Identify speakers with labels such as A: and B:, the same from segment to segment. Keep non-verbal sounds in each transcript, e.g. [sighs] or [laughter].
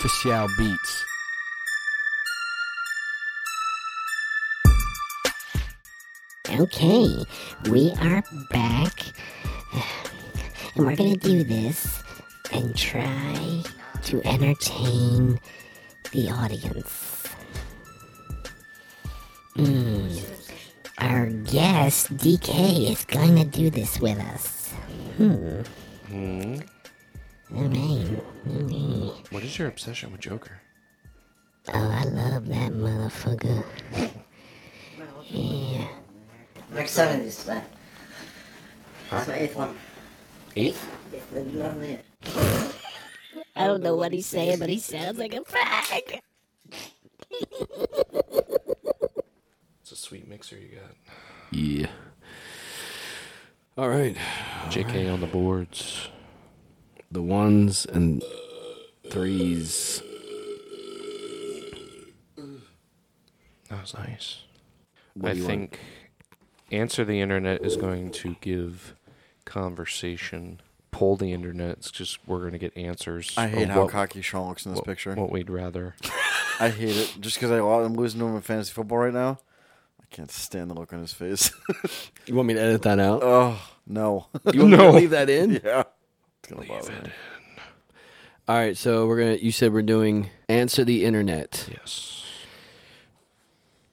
A: Official Beats.
B: Okay, we are back. And we're gonna do this and try to entertain the audience. Mm, Our guest, DK, is gonna do this with us. Hmm. Oh, Alright. Okay.
C: What is your obsession with Joker?
B: Oh, I love that motherfucker. Yeah.
D: Mark seven is that. That's my eighth one.
C: Eighth?
D: Eighth, the lovely-
B: I don't know what he's saying, but he sounds like a fag.
C: It's a sweet mixer you got.
A: Yeah. All right.
C: JK on the boards.
A: The ones and threes.
C: That was nice.
A: What
C: I
A: do you want?
C: think Answer the Internet is going to give conversation. Poll the Internet. It's just we're going to get answers.
E: I
C: of
E: hate how
C: what-
E: cocky Sean looks in this
C: what-
E: picture.
C: What we'd rather.
E: I hate it just because I'm losing to him in fantasy football right now. I can't stand the look on his face. [laughs]
A: You want me to edit that out?
E: oh [laughs] no,
A: You want me to leave that in?
E: yeah, it's gonna bother me.
A: All right. So we're gonna. You said we're doing answer the internet.
C: Yes.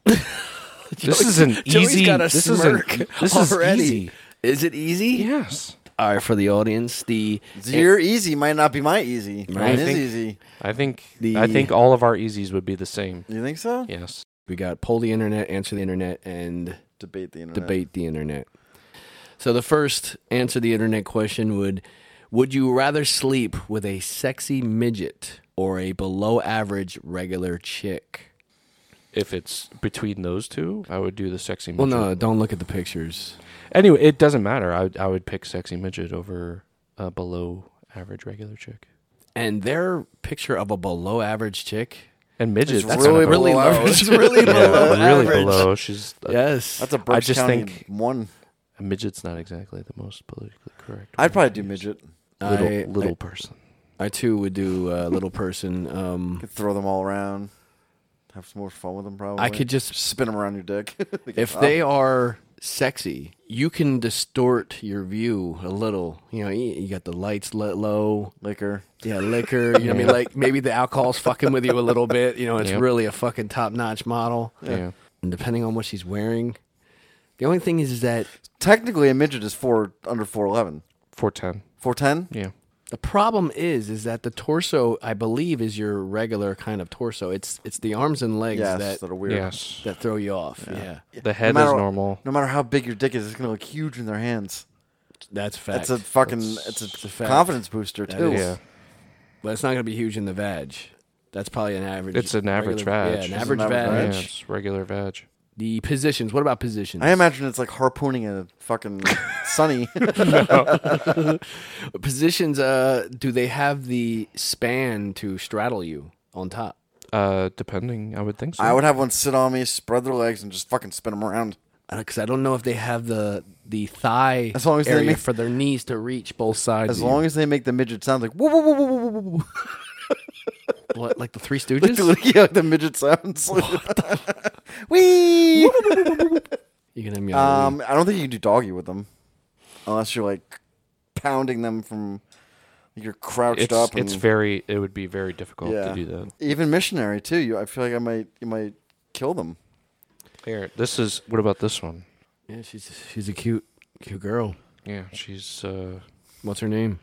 C: this is an
A: [laughs] Joey's
C: easy.
A: got a
C: this
A: smirk [laughs]
C: is an, This
A: already.
C: is easy.
A: Is it easy?
C: Yes.
A: All right. For the audience, the
E: Your easy might not be my easy. Mine is
C: think-
E: easy.
C: I think.
A: The-
C: I think all of our easies would be the same.
E: You think so?
C: Yes.
A: we got poll the internet, answer the internet, and
E: Debate the internet.
A: debate the internet. So the first answer the internet question would would you rather sleep with a sexy midget or a below average regular chick?
C: If it's between those two, I would do the sexy.
A: Well
C: midget.
A: no, don't look at the pictures.
C: Anyway, it doesn't matter. I would- I would pick sexy midget over a below average regular chick.
A: And their picture of a below average chick?
C: And midget,
E: It's
C: that's
E: really
C: kind of
E: below.
C: a-
E: It's really
C: yeah,
E: below. [laughs]
C: really
E: average.
C: below. She's a,
A: Yes.
E: That's a Berks
C: just
E: County
C: think-
E: one.
C: a midget's not exactly the most politically correct.
E: I'd
C: word.
E: probably do midget.
C: little
A: I,
C: little person.
A: I, I too would do a little person. Um,
E: Could throw them all around. Have some more fun with them. Probably.
A: I could just
E: spin them around your dick. [laughs]
A: If they are sexy, you can distort your view a little. You know, you you got the lights let low.
E: liquor.
A: Yeah, liquor. You know what I mean? Like maybe the alcohol's fucking with you a little bit. You know, it's
C: Yep.
A: really a fucking top notch model.
C: Yeah.
A: And depending on what she's wearing, the only thing is, is that
E: Technically, a midget is four under four eleven.
C: four ten.
E: Four ten.
C: Yeah,
A: the problem is, is that the torso, I believe, is your regular kind of torso. It's it's the arms and legs
E: Yes,
A: that
E: that are weird.
C: yes.
A: that throw you off. Yeah,
C: The head
E: matter-
C: is normal.
E: No matter how big your dick is, it's gonna look huge in their hands.
A: that's fact.
E: That's a fucking. It's a,
A: It's a fact.
E: confidence booster
A: That
E: too.
A: is.
C: Yeah,
A: But it's not going to be huge in the vag. That's probably an average.
C: It's an average
A: regular-
C: vag.
A: Yeah, an
C: It's
A: average
E: an average
C: yeah,
A: vag.
E: vag.
C: it's regular veg.
A: The positions. What about positions?
E: I imagine it's like harpooning a
A: [laughs]
E: fucking sunny. [laughs]
A: positions. Uh, do they have the span to straddle you on top?
C: Uh, depending, I would think so.
E: I would have one sit on me, spread their legs, and just fucking spin them around.
A: Because I don't know if they have the the thigh
E: As long as they
A: area
E: make-
A: for their knees to reach both sides.
E: As long as they make the midget sound [laughs] like whoa whoa whoa whoa whoa whoa, whoa. [laughs]
A: what, like the Three
E: Like,
A: Stooges,
E: the- yeah, like the midget sounds. [laughs] Wee.
A: you can have me on
E: um, I don't think you can do doggy with them, unless you're like pounding them from. You're crouched
C: It's
E: up. And,
C: it's very. It would be very difficult
E: Yeah.
C: to do that.
E: even missionary too. You, I feel like I might you might kill them.
C: Here, this is. What about this one?
A: the- yeah, she's she's a cute cute girl.
C: Yeah, she's. uh
A: What's her name?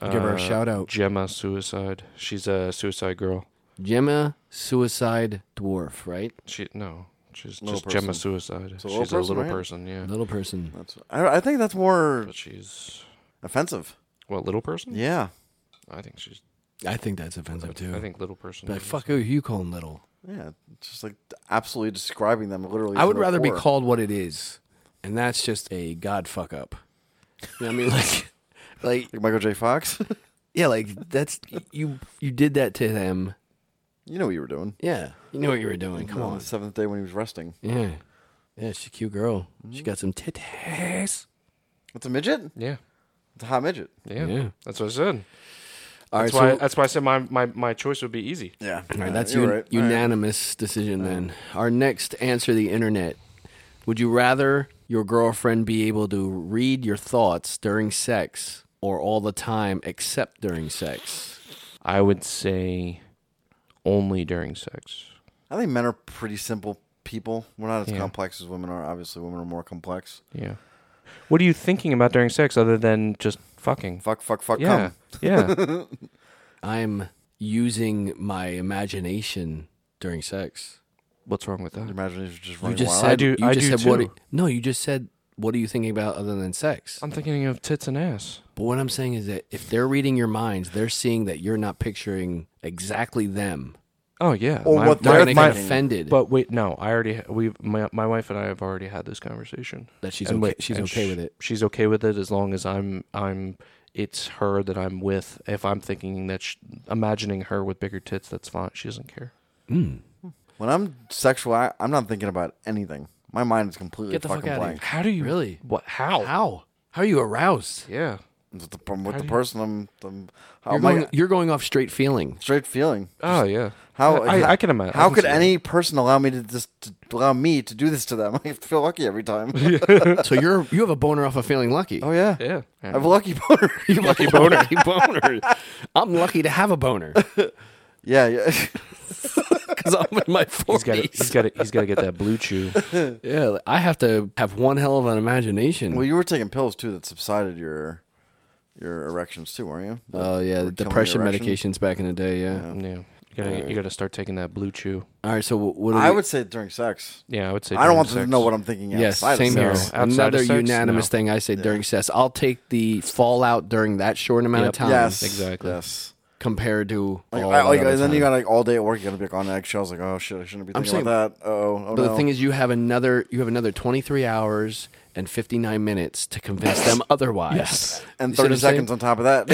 A: Give her a
C: uh,
A: shout out.
C: Gemma Suicide. She's a suicide girl.
A: Gemma Suicide Dwarf, right?
C: She no. She's
E: Little
C: just Gemma
E: person.
C: Suicide.
E: So
C: she's
E: little
C: a
E: person,
C: little
E: right?
C: person. Yeah.
A: Little person.
E: That's I, I think that's more
C: But she's
E: offensive.
C: what little person?
E: Yeah,
C: I think she's.
A: I think that's offensive too.
C: I think little person.
A: Like,
C: is-
A: fuck who you calling little?
E: yeah, it's just like absolutely describing them literally.
A: I
E: to
A: would
E: the
A: rather be
E: core.
A: called what it is, and that's just a god fuck up. You know what I mean? [laughs] Like, like
E: like Michael J. Fox. [laughs]
A: yeah, like that's you. You did that to them.
E: you know what you were doing.
A: Yeah, you knew what you were doing. Come
E: on
A: on.
E: the seventh day when he was resting.
A: Yeah, yeah. She's a cute girl. She got some titties.
E: It's a midget.
C: Yeah.
E: It's a hot midget.
C: Yeah.
A: Yeah.
C: That's what I said.
A: All right,
C: That's why.
A: so
C: that's why I said my, my, my choice would be easy.
E: Yeah.
A: all
C: Uh,
A: right, that's
E: you
A: un- unanimous decision then. Our next answer the internet. Would you rather your girlfriend be able to read your thoughts during sex or all the time except during sex?
C: I would say only during sex.
E: I think men are pretty simple people. We're not as
C: Yeah.
E: complex as women are. Obviously, women are more complex.
C: Yeah. What are you thinking about during sex other than just fucking?
E: Fuck, fuck, fuck,
C: yeah.
E: come.
C: [laughs] Yeah.
A: I'm using my imagination during sex.
C: What's wrong with
E: Your
C: that?
E: imagination's just
A: You
E: running
A: just
E: wild.
A: said
C: I do-
A: you
C: I
A: just
C: do
A: said what
C: too.
A: are- No, you just said what are you thinking about other than sex?
C: I'm thinking of tits and ass.
A: But what I'm saying is that if they're reading your minds, they're seeing that you're not picturing exactly them.
C: Oh yeah.
E: Or
C: My-
E: what
C: my-
A: They're
E: They're
A: gonna
C: my-
A: get offended
C: But wait, no. I already we my my wife and I have already had this conversation.
A: that she's
C: And
A: okay,
C: wait,
A: she's
C: and
A: okay
C: sh-
A: with it.
C: She's okay with it as long as I'm I'm it's her that I'm with. If I'm thinking that sh imagining her with bigger tits, that's fine. She doesn't care.
E: When I'm sexual, I, I'm not thinking about anything. My mind is completely
A: Get the fuck
E: fucking
A: outta
E: blank.
C: How do you
A: Really?
C: What? How?
A: How? How are you aroused?
C: Yeah.
E: With the, I'm with
C: How
E: the
C: do you-
E: person, I'm, I'm how
A: You're
E: am I-
A: going, you're going off straight feeling.
E: straight feeling.
C: Oh yeah.
E: How
C: I, I, I can imagine. I
E: How
C: can
E: could
C: see it.
E: any person allow me to just to allow me to do this to them? [laughs] I feel lucky every
C: [laughs]
E: time.
A: So
E: [laughs]
A: you're you have a boner off of feeling lucky.
E: oh yeah.
C: Yeah.
E: I have a lucky boner. [laughs]
A: You lucky boner. [laughs] lucky boner. I'm lucky to have a boner
E: yeah, yeah. [laughs]
A: because I'm in my 40s.
C: He's
A: [laughs]
C: got to he's got to he's got to get that blue chew.
A: Yeah, like, I have to have one hell of an imagination.
E: well, you were taking pills too that subsided your your erections too, weren't you?
A: oh yeah, the
E: Were killing
A: depression
E: your erection?
A: medications back in the day. Yeah.
C: Um, Yeah. You gotta you gotta start taking that blue chew.
A: All right. So wh- what? Are
E: I
A: we-
E: would say during sex.
C: Yeah, I would say.
E: I don't
C: during
E: want them
C: sex.
E: to know what I'm
A: [laughs]
E: thinking.
A: Yes,
E: outside of
A: same here.
E: sex.
C: outside of
A: Another
C: sex,
A: unanimous
C: no.
A: thing I say during sex. I'll take the fallout during that short amount
C: Yep.
A: of time
E: Yes,
C: Exactly.
E: Yes.
A: compared to
E: Like,
A: all
E: I,
A: that
E: like,
A: other
E: and then you
A: time.
E: got like all day at work. You're gonna be like on eggshells. Like, oh shit, I shouldn't be
A: I'm
E: thinking about that. Oh, oh
A: But
E: no.
A: the thing is, you have another you have another 23 hours and 59 minutes to convince them otherwise. Yes,
E: and 30 seconds on top
A: [laughs]
E: of that.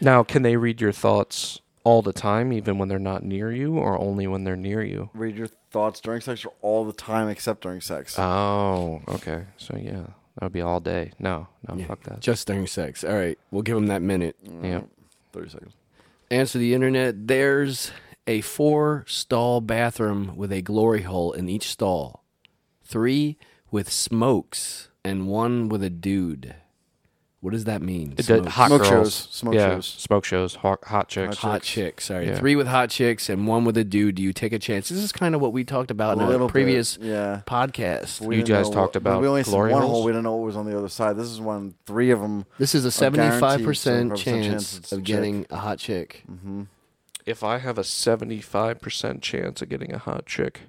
C: Now, can they read your thoughts all the time, even when they're not near you, or only when they're near you?
E: [laughs] Read your thoughts during sex or all the time except during
A: Uh,
E: sex.
C: Oh, okay. So yeah, that would be all day. No, no, fuck that.
A: Just during sex. All right, we'll give them that minute.
C: yeah.
E: 30 seconds.
A: Answer the internet. There's a four stall bathroom with a glory hole in each stall, three with smokes, and one with a dude. What does that mean?
C: It does-
A: Smokes.
C: hot
E: Smoke
C: girls.
E: shows, smoke
C: yeah,
E: shows.
C: Smoke shows. Hot, hot chicks.
A: hot chicks. Sorry,
C: Yeah.
A: three with hot chicks and one with a dude. Do you take a chance? This is kind of what we talked about
E: A
A: in
E: little
A: a uh,
E: bit,
A: previous
E: yeah.
A: podcast.
E: We
C: You
E: didn't
C: guys
E: know what-
C: talked about
E: we only seen
C: glory
E: one
C: holes?
E: hole. We didn't know what was on the other side. This is when three of them.
A: This is a
E: guaranteed
A: seventy-five percent
E: 75%
A: chance
E: it's a
A: of
E: chick.
A: getting a hot chick.
C: If I have a seventy-five percent chance of getting a hot chick,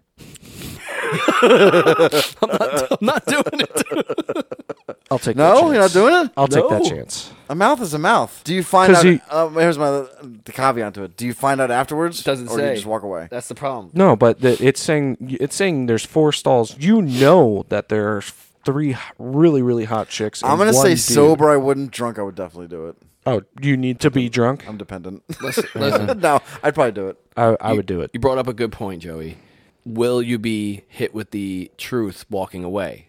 A: I'm not doing it.
C: I'll take. that
E: No,
C: chance.
E: you're not doing it.
C: I'll take that
A: No.
C: chance.
E: A mouth is a mouth. Do you find
C: 'Cause
E: out?
C: you-
E: um, here's my the caveat to it. Do you find out afterwards?
A: Doesn't
E: or do
A: say.
E: you just walk away.
A: That's the problem.
C: No, but the, it's saying it's saying there's four stalls. You know that there are three h- really really hot chicks. and
E: I'm gonna
C: one
E: say
C: dude.
E: sober. I wouldn't. Drunk, I would definitely do it.
C: Oh, you need to be drunk.
E: I'm dependent.
A: [laughs]
E: [laughs]
A: Listen, listen,
E: no, I'd probably do it.
C: I, I would do it.
A: [laughs] you brought up a good point, Joey. Will you be hit with the truth walking away?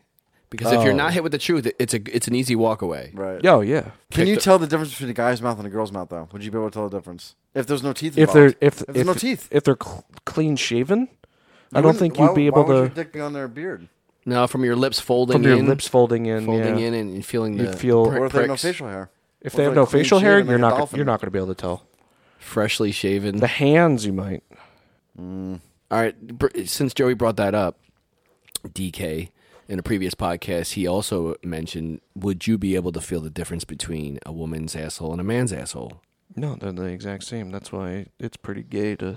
A: Because if you're
C: Oh.
A: not hit with the truth, it- it's a it's an easy walk away.
E: Right.
C: Yo, yeah.
E: Can you tell the difference between a guy's mouth and a girl's mouth, though? Would you be able to tell the difference if there's no teeth?
C: If
E: Involved?
C: they're if,
E: there's no teeth,
C: if they're cl- clean shaven, I don't think
E: Why-
C: you'd be able
E: Why would
C: to
E: your dick be on their beard?
A: Now, from your lips folding
C: from your
A: in,
C: lips folding in.
A: folding
C: yeah.
A: in, and feeling
C: You'd
A: the
C: feel-
A: prick-
E: Or if they have no
A: pricks.
E: facial hair?
C: If
E: Or
C: they have
E: they're
C: no
E: clean
C: facial
E: shaven
C: hair,
E: like
C: you're
E: a
C: not gonna,
E: dolphin.
C: you're not going to be able to tell.
A: freshly shaven.
C: The hands, you might.
A: All right. br- Since Joey brought that up, DK, in a previous podcast, he also mentioned would you be able to feel the difference between a woman's asshole and a man's asshole?
C: No, they're the exact same. That's why it's pretty gay to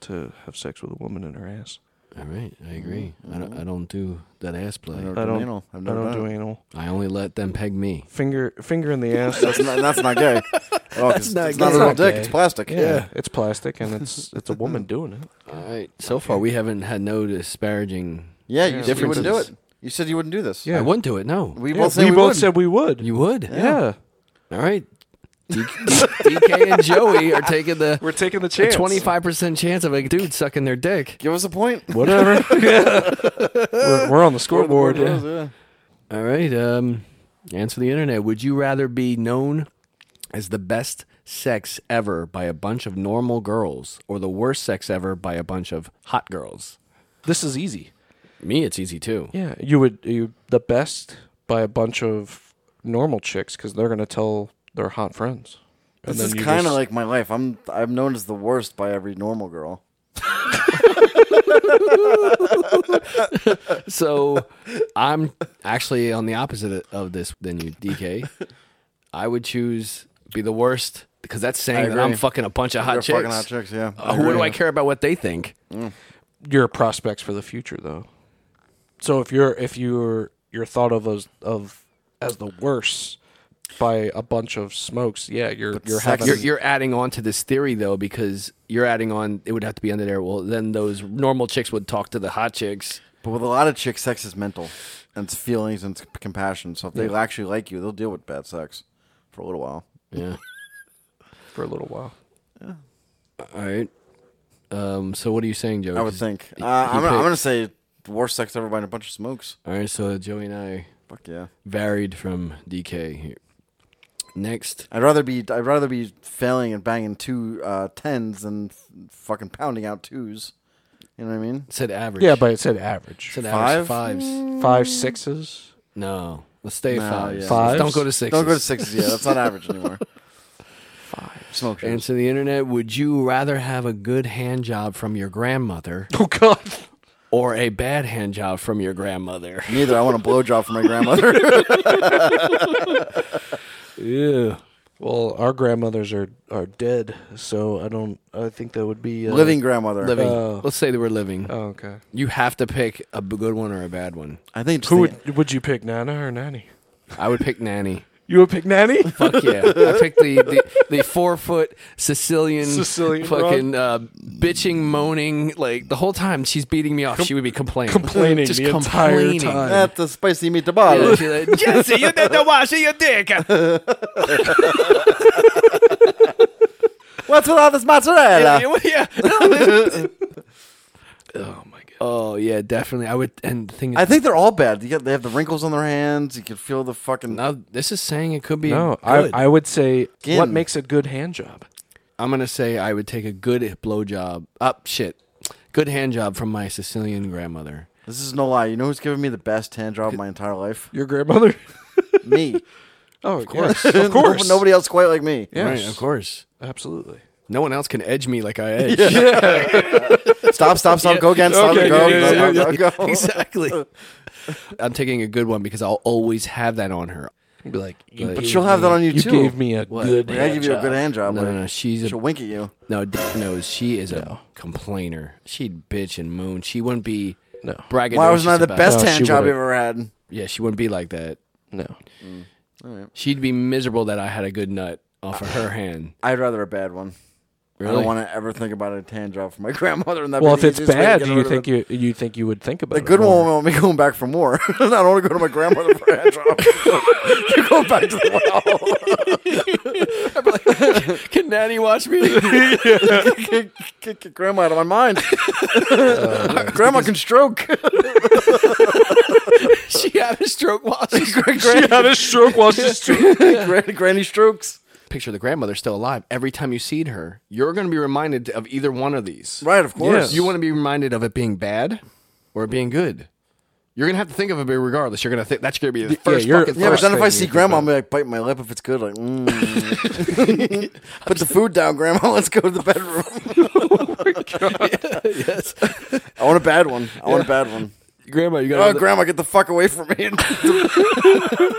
C: to have sex with a woman in her ass.
A: All right. I agree. I, don't, I don't do that ass play.
E: Never
C: Mm-hmm. I
E: done
C: don't.
E: anal. I've
C: I
E: never
C: don't
E: done
C: do
E: it.
C: anal.
A: I only let them peg me.
C: Finger finger in [laughs] the ass.
E: That's not, that's not
C: [laughs]
E: gay. Oh, 'cause
A: not
E: it's
A: gay.
E: not
A: It's
E: a real
A: not
E: dick.
A: gay.
E: It's plastic.
C: Yeah, it's plastic, and it's it's a woman doing it.
A: All right. So far, we haven't had no disparaging.
E: Yeah, you said you wouldn't do it.
A: Differences.
E: You said you wouldn't do this.
C: [laughs] Yeah.
A: I wouldn't do it. No.
E: We
C: Yeah,
E: both said we, would.
C: said we would.
A: you would?
C: yeah.
A: All right. D- D- DK and Joey are taking the
C: we're taking the
A: a
C: chance. [laughs]
A: 25% chance of a dude sucking their dick.
E: Give us a point.
A: [laughs]
C: whatever. we're, we're on the scoreboard.
E: Whatever it was,
C: [laughs] yeah.
A: All right. Um, answer the internet. Would you rather be known as the best sex ever by a bunch of normal girls or the worst sex ever by a bunch of hot girls?
C: This is easy.
A: Me, it's easy too.
C: Yeah, you would you the best by a bunch of normal chicks because they're gonna tell their hot friends. And
E: This
C: then
E: is
C: you
E: kind of
C: just-
E: like my life. I'm I'm known as the worst by every normal girl.
A: So I'm actually on the opposite of this than you, DK. I would choose be the worst because that's saying that
E: agree.
A: I'm fucking a bunch of hot
E: They're
A: chicks.
E: fucking hot chicks, yeah.
A: Uh, what do I care about what they think?
C: your prospects for the future though. So if you're if you're you're thought of as of as the worst by a bunch of smokes, yeah, you're you're
E: sex
C: having
A: You're, you're adding on to this theory though because you're adding on. It would have to be under there. Well, then those normal chicks would talk to the hot chicks.
E: But with a lot of chicks, sex is mental, and it's feelings and it's compassion. So if they actually like you, they'll deal with bad sex for a little while.
A: Yeah.
C: for a little while.
A: All right. Um. So what are you saying, Joey?
E: I would
A: 'Cause-
E: think.
A: he
E: Uh, I'm, gonna- I'm
A: picked-
E: gonna say worst sex ever by a bunch of smokes.
A: All right. So Joey and I
E: Fuck yeah.
A: varied from DK here. Next,
E: I'd rather be I'd rather be failing and banging two uh, tens than f- fucking pounding out twos. You know what I mean?
A: said average.
C: Yeah, but it said average. Mm.
A: said average
E: five?
A: fives.
C: Five sixes.
A: No, let's stay
E: No,
A: at fives.
E: yeah.
C: Fives?
A: Don't go to 6
E: Don't go to sixes. Yeah, that's not average anymore. Five smoke shows.
A: Answer the internet. Would you rather have a good hand job from your grandmother
C: [laughs] Oh god.
A: or a bad hand job from your grandmother?
E: [laughs] Neither. I want a blowjob from my grandmother.
A: Yeah.
C: Well, our grandmothers are are dead, so I don't. I think that would be uh,
E: Living grandmother. Uh,
A: Living.
C: Oh.
A: Let's say they were living.
C: Oh, okay.
A: You have to pick a b- good one or a bad one.
E: I think. just
C: Who
E: think-
C: would would you pick, Nana or Nanny?
A: I would pick Nanny.
C: You would
A: [laughs]
C: pick Nanny.
A: Fuck yeah. I picked the, the, the four foot Sicilian,
C: Sicilian
A: fucking uh, bitching, moaning. Like the whole time she's beating me off, she would be complaining.
C: complaining
A: Just
C: the entire
A: complaining.
C: time.
E: That's a spicy
A: Yeah,
E: meatball.
A: she's like, [laughs] Jesse, you did the washing your dick.
E: [laughs] What's with all this mozzarella?
A: Yeah.
C: Oh my god.
A: [laughs] oh yeah, definitely. I would. And the thing is,
E: I think they're all bad. You got, they have the wrinkles on their hands. You can feel the fucking.
A: now this is saying it could be.
C: No, I,
A: good.
C: I would say what
E: Again.
C: makes a good hand job?
A: I'm gonna say I would take a good blowjob. Up shit, good hand job from my Sicilian grandmother.
E: This is no lie. You know who's given me the best hand job of my entire
C: [laughs]
E: life?
C: Your grandmother?
E: Me.
C: Oh,
E: [laughs]
C: of course. Of course.
E: Nobody else quite like me.
C: Yes.
A: Right, of course.
C: Absolutely.
A: No one else can edge me like I
E: [laughs]
A: edge.
E: Stop, stop, stop. Go again. Stop,
C: Okay,
E: go,
C: yeah, yeah,
E: go,
C: yeah,
E: go, go,
A: [laughs]
E: go.
A: [laughs] exactly. I'm taking a good one because I'll always have that on her.
C: Be like, you
E: But
C: gave
E: she'll have that
C: me-
E: on you,
C: You
E: too.
C: gave me a good
E: Like, I
C: hand
E: give you a
C: job.
E: good hand job.
A: No,
E: like,
A: no, no. She's
E: She'll
A: a
E: wink at you.
A: no. Dick knows she is a complainer. She'd bitch and moan. She wouldn't be
C: No.
A: bragging.
E: Why was not the best
C: No,
E: hand
C: she
E: job you
C: would've-
E: ever had?
A: Yeah, she wouldn't be like that.
C: No.
A: She'd be miserable that I had a good nut off of her hand.
E: I'd rather a bad one. I
A: Really?
E: don't want to ever think about a hand job from my [laughs] grandmother. And that'd
C: Well,
E: be
C: if
E: the
C: it's
E: easiest way to
C: bad,
E: get
C: do
E: rid
C: you
E: of
C: think
E: it.
C: you you think you would think about
E: The
C: it
E: good one [laughs]
C: more? [laughs]
E: will want me going back for more. [laughs] I don't want to go to my grandmother for a hand job. you [laughs] go back to the well. [laughs]
A: Can Nanny watch me? [laughs]
E: [laughs] Get- get, get grandma out of my mind.
C: Uh,
E: [laughs] grandma can stroke.
A: she had a stroke while she
C: She had a stroke while she's
E: Granny, granny strokes.
A: Picture the grandmother still alive. Every time you see her, you're going to be reminded of either one of these.
E: Right, of course.
C: Yes.
A: You want to be reminded of it being bad or it being good. You're going to have to think of it regardless. You're going to think that's going to be the first
C: you're-
A: fucking
E: Yeah, but
A: first
E: then if
A: thing
E: I
A: you
E: see
A: think
E: grandma, I'm
A: about.
E: like bite my lip if it's good. Like, mm. [laughs] put the food down, grandma. [laughs] Let's go to the bedroom.
A: yes.
E: I want a bad one. I want a bad one.
A: grandma, you
E: Oh,
A: got
E: grandma, get the fuck away from me!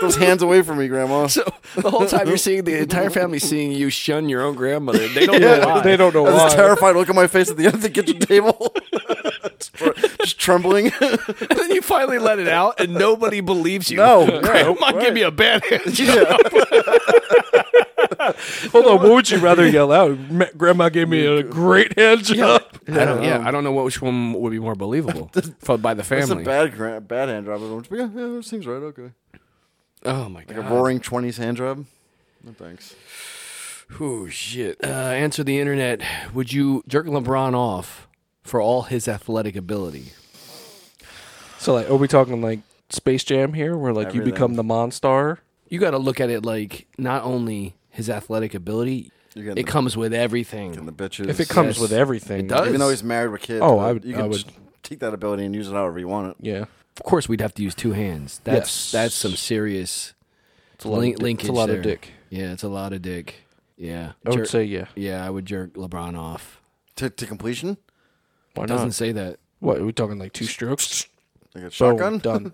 E: [laughs] Those hands away from me, grandma.
A: So the whole time [laughs] you're seeing the entire family seeing you shun your own grandmother. They [laughs] don't know why.
C: They don't know
E: I was
C: why.
E: terrified. Look at my face at the end of the kitchen
C: [laughs]
E: table, just trembling.
A: And then you finally let it out, and nobody believes you.
E: No, no,
A: grandma, give me a
E: [laughs]
A: bad hand.
C: [laughs] Hold on, what would you rather yell out? Ma- Grandma gave me a great hand job.
A: I don't, yeah, I don't know what which one would be more [laughs] believable for, by the
E: It's a
A: family.
E: bad, gra- bad hand job. Everyone's like, yeah, yeah, that seems right. Okay.
A: oh my
E: Like a
A: god!
E: roaring 20s hand job? No thanks.
A: Oh shit! Uh, answer the internet. Would you jerk LeBron off for all his athletic ability?
C: So like, are we talking like Space Jam here, where like you
E: Everything.
C: become the Monstar?
A: You got to look at it like not only his athletic ability,
E: You're getting
A: It
E: the,
A: comes with everything.
E: getting the bitches.
C: If it comes
A: Yes.
C: with everything,
A: It does.
E: even though he's married with kids.
C: Oh,
E: but
C: I would-
E: You
C: I
E: can
C: would-
E: just take that ability and use it however you want it.
C: Yeah,
A: Of course, we'd have to use two hands. That's
C: Yes.
A: that's some serious
C: it's a lot.
A: link-
C: of, dick-
A: linkage.
C: it's a lot
A: there.
C: of dick.
A: Yeah, it's a lot of dick. Yeah,
C: I would
A: Jer-
C: say yeah.
A: Yeah, I would jerk LeBron off.
E: To, to completion,
C: Why
A: Doesn't
C: not?
A: say that.
C: What are we talking like two strokes?
E: like a shotgun. [laughs]
C: Boom, done.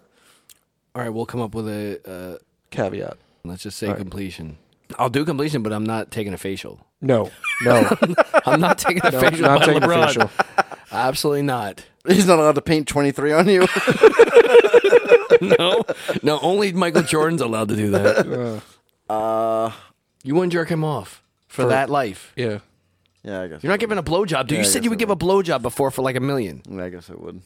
A: All right, we'll come up with a. Uh,
C: Caveat.
A: let's just say completion. I'll do completion, but I'm not taking a
C: [laughs]
A: facial.
C: No, no,
A: I'm not taking a
C: no
A: facial.
C: not
A: by
C: taking
A: LeBron.
C: a facial.
A: Absolutely not.
E: He's not allowed to paint 23 on
C: [laughs]
E: you.
A: No, no. Only Michael Jordan's allowed to do that.
E: uh,
A: [laughs] You wouldn't jerk him off for,
C: For-
A: that life.
C: Yeah,
E: yeah, I guess.
A: You're not giving a blowjob, dude.
E: Yeah,
A: you
E: I
A: said
E: guess
A: you would
E: I
A: give a blowjob before for like a million.
E: I guess it would.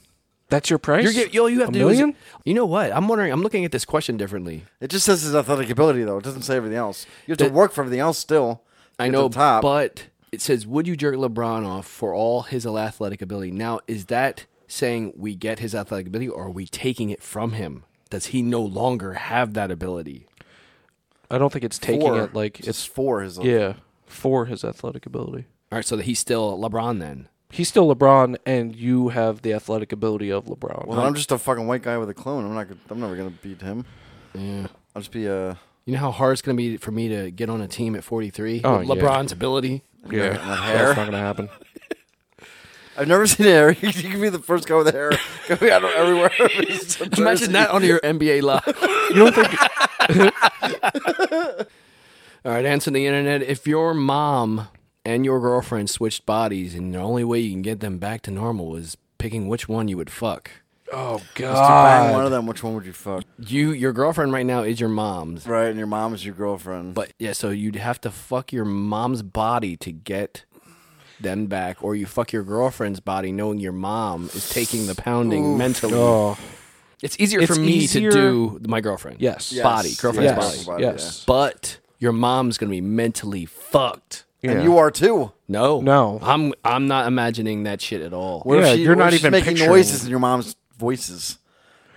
C: that's your price.
A: You're gi- all you have
C: a
A: to
C: million?
A: do is, you know what? I'm wondering. I'm looking at this question differently.
E: It just says his athletic ability, though. It doesn't say everything else. You have to
A: That-
E: work for everything else still. to
A: I
E: get
A: know,
E: to the top.
A: but it says, "Would you jerk LeBron off for all his athletic ability?" Now, is that saying we get his athletic ability, or are we taking it from him? Does he no longer have that ability?
C: I don't think it's taking
E: Four.
C: it like
E: it's
C: it's
E: four. His
C: yeah for his athletic ability.
A: All right, so that he's still LeBron then.
C: He's still LeBron, and you have the athletic ability of LeBron.
E: Well, I'm just a fucking white guy with a clone. I'm not. gonna- I'm never gonna beat him.
A: Yeah.
E: I'll just be a.
A: You know how hard it's going to be for me to get on a team at 43?
C: Oh, yeah.
A: LeBron's ability.
C: yeah,
E: hair.
C: that's not gonna happen.
E: I've never [laughs] seen hair. You can be the first guy with hair. [laughs] Go out everywhere. [laughs]
A: Imagine that on your NBA [laughs] live.
C: You don't think?
A: All right, answer the internet. If your mom and your girlfriend switched bodies and the only way you can get them back to normal was picking which one you would fuck.
C: Oh
E: Bang
C: [laughs] God!
E: one of them. Which one would you fuck?
A: You your girlfriend right now is your mom's.
E: Right, and your mom is your girlfriend.
A: But yeah, so you'd have to fuck your mom's body to get them back or you fuck your girlfriend's body knowing your mom is taking the pounding mentally.
C: Oh
A: It's easier
C: It's
A: for me
C: easier-
A: to do my girlfriend.
C: yes,
E: Yes.
A: Body, girlfriend's
C: yes,
A: body.
E: yeah.
C: yes.
A: But your mom's going to be mentally fucked.
E: And
C: Yeah.
E: you are too.
A: No.
C: No.
A: I'm I'm not imagining that shit at all.
E: What
C: Yeah,
E: if she,
C: you're
E: what
C: not
E: if she's
C: even
E: making
C: picturing-
E: noises in your mom's voices.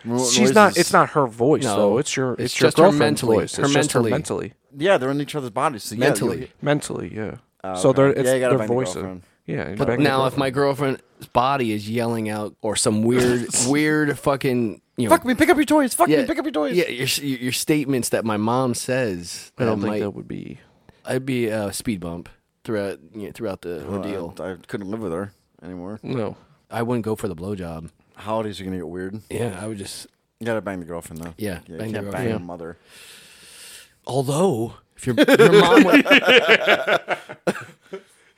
E: She's
C: She's not. It's not her voice
A: No.
C: though. It's your.
A: It's
C: It's, your
A: just her
C: girlfriend's
A: mentally.
C: voice.
A: Her
C: it's just her
A: mentally.
C: mentally.
E: Yeah, they're in each other's bodies. So yeah, you-
A: mentally.
C: Mentally, yeah.
E: Oh, okay.
C: So they're
E: Yeah,
C: it's
E: you gotta
C: their
E: bang the
C: voices.
E: girlfriend.
C: Yeah.
A: But now if my girlfriend's body is yelling out or some weird weird fucking you know
E: Fuck me, pick up your toys. Fuck
A: yeah,
E: me, pick up your toys.
A: Yeah, your, your your statements that my mom says
C: I don't
A: that
C: think
A: might-
C: that would be.
A: I'd be a speed bump throughout you know, throughout the
E: Well, I-
A: ordeal.
E: I, couldn't live with her anymore.
A: [laughs]
C: No.
A: I wouldn't go for the blowjob.
E: Holidays are gonna get weird.
A: Yeah, I would just
E: You gotta bang the girlfriend though.
A: Yeah, bang the
E: yeah you can't
A: girlfriend.
E: bang your
C: Yeah.
E: mother.
A: although if
C: [laughs]
A: your your mom would,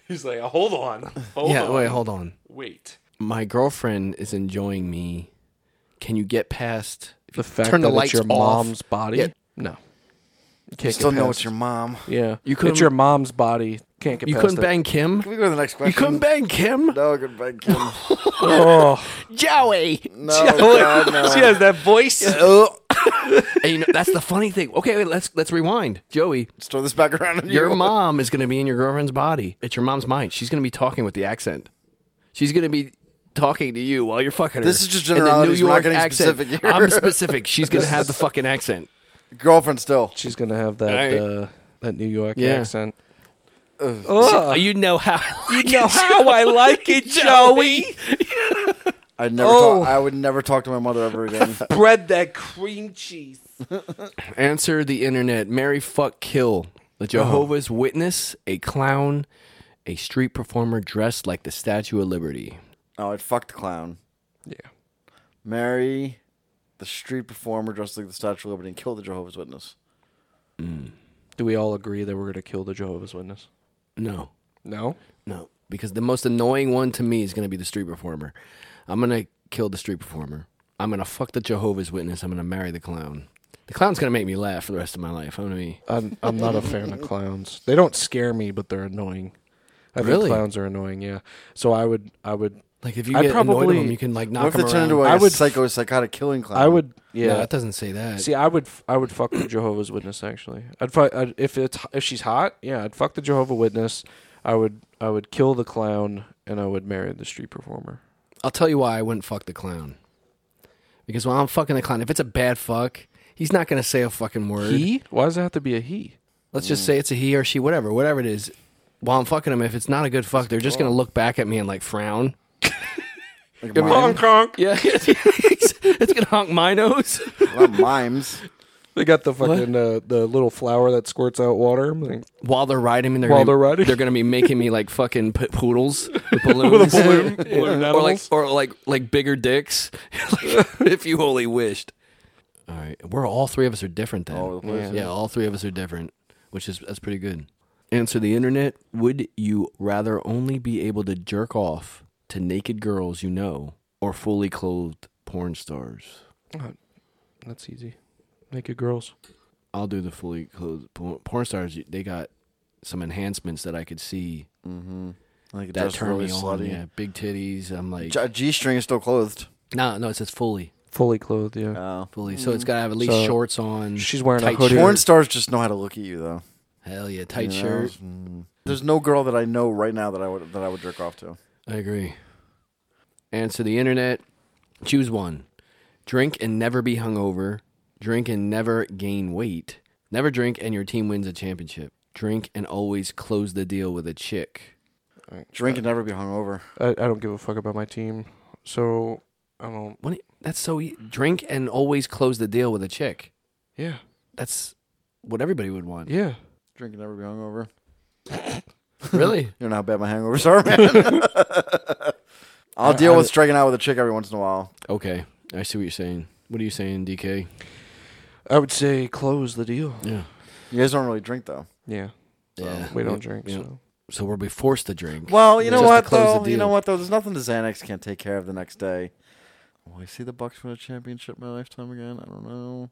C: He's like, hold on, hold
A: Yeah, wait, hold on.
C: wait.
A: my girlfriend is enjoying me. Can you get past?
C: The fact
A: Turn the
C: that
A: lights
C: it's your
A: off.
C: mom's body.
A: Yeah.
C: No. You
E: You
C: can't
E: still
C: get
E: know
C: past-
E: it's your mom.
C: Yeah.
A: You
C: You
A: couldn't-
C: It's your mom's body. Can't get.
A: You
C: past
A: couldn't
C: it.
A: bang Kim.
E: Can we go to the next
A: You
E: question?
A: couldn't bang Kim.
E: No, I couldn't bang Kim. no,
A: [laughs]
C: Oh,
A: Joey.
E: God, no.
C: she has that [laughs] voice.
E: Ugh.
A: And you know, that's the funny thing. Okay, wait, let's let's rewind. Joey,
E: Let's throw this back around. and
A: your
E: you-
A: mom is going to be in your girlfriend's body. It's your mom's mind. She's going to be talking with the accent. She's going to be talking to you while you're fucking her.
E: This is just
A: And the
E: generalities. We're not getting specific here.
A: I'm specific. She's going to have the fucking accent.
E: girlfriend still.
C: She's gonna have that
A: Right.
C: uh, that New York
A: Yeah.
C: accent. [laughs]
A: Oh, you know how. [laughs] You
C: know how I like it, Joey.
E: I never.
C: Oh.
E: Talk, I would never talk to my mother ever again.
C: Bread that cream cheese.
A: Answer the internet. Marry, fuck, kill.
C: Uh-huh.
A: The Jehovah's Witness, a clown, a street performer dressed like the Statue of Liberty.
E: oh, I'd fuck the clown.
C: Yeah.
E: Marry the street performer dressed like the Statue of Liberty and kill the Jehovah's Witness.
C: Do we all agree that we're gonna kill the Jehovah's Witness?
A: No,
C: No.
A: no. Because the most annoying one to me is going to be the street performer. I'm going to kill the street performer. I'm going to fuck the Jehovah's Witness. I'm going to marry the clown. The clown's going to make me laugh for the rest of my life. I'm going to be.
C: I'm I'm not a fan of clowns. They don't scare me, but they're annoying. I
A: Really?
C: think clowns are annoying. Yeah. So I would I would
A: Like, if you
C: I
A: get annoyed with
C: probably-
A: them, you can, like,
E: What
A: knock
E: if
A: them
E: they turn
A: around.
E: into a
C: I would-
E: psycho psychotic killing clown?
C: I would yeah.
A: No, that doesn't say that.
C: See, I would I would fuck the Jehovah's Witness actually. I'd fuck I'd, if it's if she's hot. Yeah, I'd fuck the Jehovah Witness. I would I would kill the clown and I would marry the street performer.
A: I'll tell you why I wouldn't fuck the clown. Because while I'm fucking the clown, if it's a bad fuck, he's not going to say a fucking word.
C: He? Why does it have to be a he?
A: Let's just say it's a he or she, whatever, whatever it is. while I'm fucking them, if it's not a good fuck, they're just gonna look back at me and like frown.
E: Like
A: Give me-
E: mime-
C: Honk, honk. [laughs]
A: Yeah, it's, [laughs] it's gonna honk my nose.
E: not mimes.
C: They got the fucking uh, the little flower that squirts out water. I'm like,
A: while they're riding me, they're
C: While
A: gonna,
C: they're riding?
A: they're gonna be making me like fucking put
C: [laughs]
A: poodles with balloons,
C: balloon- [laughs]
A: Yeah. [laughs]
C: balloon
A: or like
C: animals.
A: or like like bigger dicks, [laughs] like, if you only wished. All right, we're all three of us are different then.
E: over the place.
A: yeah, all three of us are different, which is that's pretty good. Answer the internet: Would you rather only be able to jerk off to naked girls you know or fully clothed porn stars?
C: That's easy. Naked girls.
A: I'll do the fully clothed porn, porn stars. They got some enhancements that I could see
E: Mm-hmm. Like it
A: that
E: does
A: turned
E: really
A: me on.
E: slutty.
A: Yeah, big titties. I'm like,
E: G- G-string is still clothed.
A: no, no, it says fully,
C: Fully clothed, yeah.
E: Oh.
A: fully. So it's gotta have at least
C: So-
A: shorts on.
C: She's wearing
A: Um, tight
C: a hoodie.
E: Porn stars just know how to look at you, though.
A: Hell yeah, tight
E: You know?
A: shirt.
E: Mm. There's no girl that I know right now that I would that I would jerk off to.
A: I agree. Answer the internet. Choose one. Drink and never be hungover. Drink and never gain weight. Never drink and your team wins a championship. Drink and always close the deal with a chick.
E: Drink and never be hungover.
C: I, uh, I don't give a fuck about my team. So I don't
A: What? That's so. E- drink and always close the deal with a chick.
C: Yeah.
A: That's what everybody would want.
C: [laughs] Yeah.
E: Drink and never be hungover.
A: Really?
E: You know how bad my hangovers are, man.
A: [laughs]
E: I'll deal with striking out with a chick every once in a while.
A: Okay, I see what you're saying. What are you saying, DK?
C: I would say close the deal.
A: Yeah.
E: You guys don't really drink though.
C: Yeah.
A: Yeah.
C: We don't drink,
A: yeah.
C: so
A: So we'll be forced to drink.
C: [laughs]
E: Well, you know
A: Just to
E: what
A: close the
E: though. You know
A: deal.
E: what though. There's nothing the Xanax can't take care of the next day. Will I see the Bucks win a championship in my lifetime again? I don't know.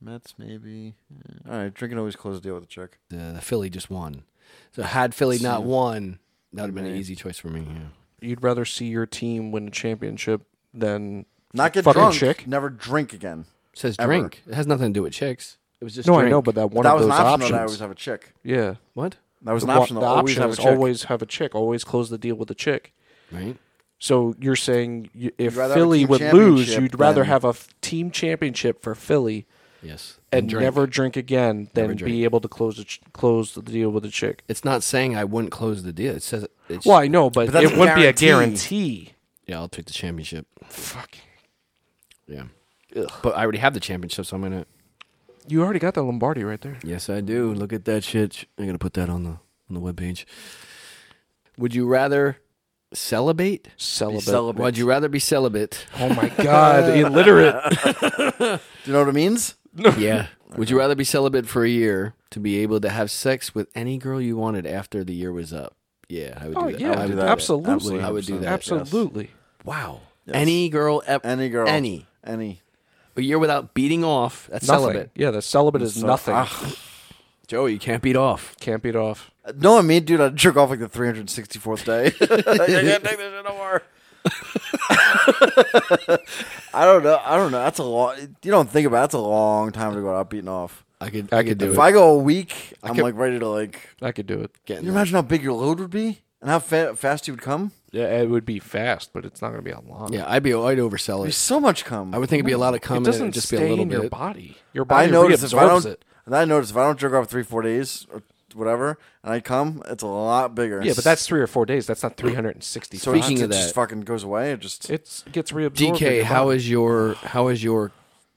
E: Mets maybe. Eh, All right, drink and always close the deal with a chick.
A: The, the Philly just won. So had Philly not won, that would have been an
E: Right.
A: easy choice for me. Yeah.
C: you'd rather see your team win a championship than
E: Not get
C: Fucking
E: drunk.
C: chick.
E: Never drink again.
A: It says
E: Ever.
A: drink. It has nothing to do with chicks. It was just
C: No,
A: drink.
C: I know, but that one
E: that
C: of
E: was an
C: those
E: option
C: options.
E: that I always have a chick.
C: yeah.
A: what?
E: That was an
C: wa-
E: option. to always have a
C: is
E: chick.
C: always have a chick. Always close the deal with a chick.
A: Right?
C: So you're saying you, if
E: rather have a
C: Philly
E: team
C: would lose,
E: championship
C: you'd rather
E: than-
C: have a f- team championship for Philly
A: Yes.
C: and
A: drink.
C: never drink again than
A: Never drink.
C: be able to close the ch- close the deal with a chick.
A: It's not saying I wouldn't close the deal. It says it's
C: Well, I know, but,
E: But that's
C: it
E: a
C: wouldn't be a
E: guarantee.
C: guarantee.
A: Yeah, I'll take the championship.
C: Fuck.
A: Yeah. But I already have the championship, so I'm gonna
C: You already got the Lombardi right there.
A: Yes, I do. Look at that shit. I'm gonna put that on the on the webpage. Would you rather celibate?
C: Celibate.
E: celibate.
A: Would you rather be
C: [laughs]
A: celibate?
C: Oh my god, [laughs] illiterate.
E: Do you know what it means?
A: yeah. Would you rather be celibate for a year to be able to have sex with any girl you wanted after the year was up? Yeah, I would do
C: Oh
A: that.
C: yeah,
A: I would
E: do that.
C: absolutely.
E: Absolutely.
A: I would do that.
C: Absolutely.
A: Wow. Any girl ever.
E: Any girl.
A: Any.
E: Any.
A: A year without beating off. That's
C: Nothing.
A: celibate.
C: Yeah, the celibate is
E: So-
C: nothing.
E: Ah.
A: Joey, you can't beat off.
C: Can't beat off.
E: No, I mean, dude, I'd jerk off like the 364th day. I can't take this shit no more. [laughs] I don't know. I don't know. That's a long. You don't think about. it. That's a long time to go out beating off.
A: I could.
C: I could do
E: If
C: it.
E: I go a week, I'm
A: could-
E: like ready to like.
C: I could do it.
E: Can you imagine how big your load would be and how fa- fast you would come?
C: Yeah, it would be fast, but it's not going to be a long.
A: Yeah, I'd be. I'd oversell
E: There's
A: it.
E: so much cum.
A: I would think it'd be a lot of
C: it
A: cum. and
C: doesn't
A: it'd just
C: stay
A: be a little
C: in
A: bit.
C: your body. Your
E: I
C: body
E: notice if I
C: reabsorbs
E: don't.
C: it.
E: And I notice if I don't jerk off three, four days or whatever, and I come, it's a lot bigger.
C: Yeah, but that's three or four days. That's not 360.
E: so
A: Speaking
E: it
A: of
E: just- it just
A: that-
E: fucking goes away. It just
C: it gets reabsorbed.
A: DK, how is your how is your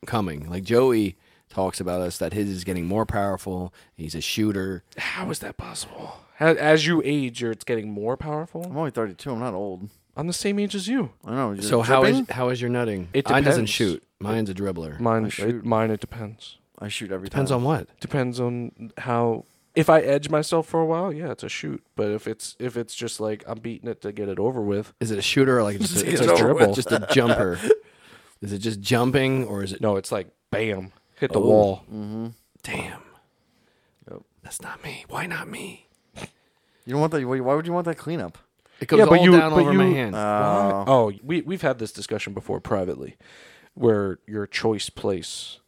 A: coming? Like Joey talks about us that his is getting more powerful. He's a shooter.
C: how is that possible? As, as you age, you're, it's getting more powerful.
E: I'm only 32. I'm not old.
C: I'm the same age as you.
E: I know. you're
A: So how is
E: dripping?
A: how is your nutting?
C: It
A: Mine doesn't
C: depends.
A: shoot. Mine's a dribbler.
C: Mine, it, mine. It depends.
E: I shoot every
A: Depends
E: time.
A: on what.
C: Depends on how. If I edge myself for a while, yeah, it's a shoot. But if it's if it's just like I'm beating it to get it over with,
A: Is it a shooter or like
C: [laughs]
A: just a,
C: It's
A: it's a
C: over
A: dribble?
C: with.
A: Just
C: [laughs]
A: a jumper. Is it just jumping or is it
C: no, it's like bam, hit
E: Oh,
C: the wall.
A: damn? That's not me. Why not me?
E: You don't want that. Why why would you want that cleanup?
A: It goes
C: Yeah, but
A: all
C: you-
A: down
C: but
A: over my
C: you-
A: hand.
C: Uh, oh, we we've had this discussion before privately, where your choice place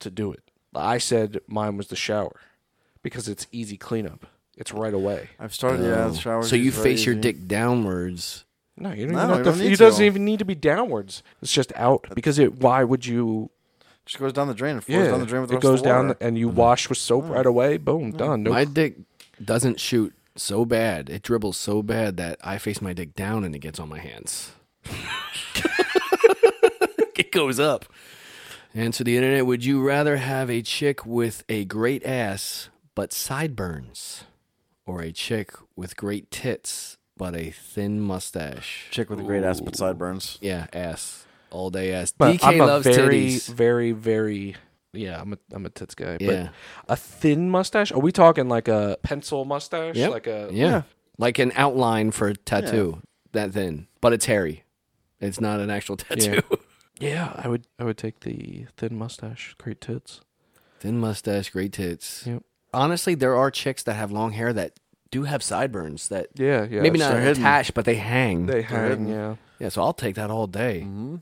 C: to do it. I said mine was the shower because it's easy cleanup. It's right away.
E: I've started. Yeah, the shower.
A: Oh. so you face your dick downwards.
C: No, you don't
E: No,
C: even have
E: you
C: to.
E: don't need
C: it doesn't
E: to.
C: even need to be downwards. It's just out because it. Why would you?
E: Just goes down the drain. It flows
C: Yeah,
E: down the Mm-hmm. drain with the
C: it
E: rest of
C: goes
E: the
C: down
E: water.
C: and you wash with soap right away. Boom, done. No,
A: My dick doesn't shoot so bad. It dribbles so bad that I face my dick down and it gets on my hands. [laughs] it goes up. Answer the internet. Would you rather have a chick with a great ass but sideburns or a chick with great tits but a thin mustache?
E: Chick with a great ass but sideburns.
A: Yeah, ass. All day ass.
C: But
A: DK
C: I'm a
A: loves
C: very,
A: titties.
C: very, very. Yeah, I'm a I'm a tits guy.
A: Yeah.
C: But a thin mustache? Are we talking like a pencil mustache?
A: Yep.
C: Like a
A: Yeah. Like an outline for a tattoo. That thin. But it's hairy. It's not an actual [laughs] tattoo.
C: yeah. I would I would take the thin mustache, great tits.
A: Thin mustache, great tits.
C: Yep.
A: Honestly, there are chicks that have long hair that do have sideburns that
C: Yeah, yeah.
A: maybe
C: so
A: not
E: they're hidden.
A: attached, but they hang.
C: They Mm. hang, yeah.
A: yeah, so I'll take that all day.
E: Mm-hmm.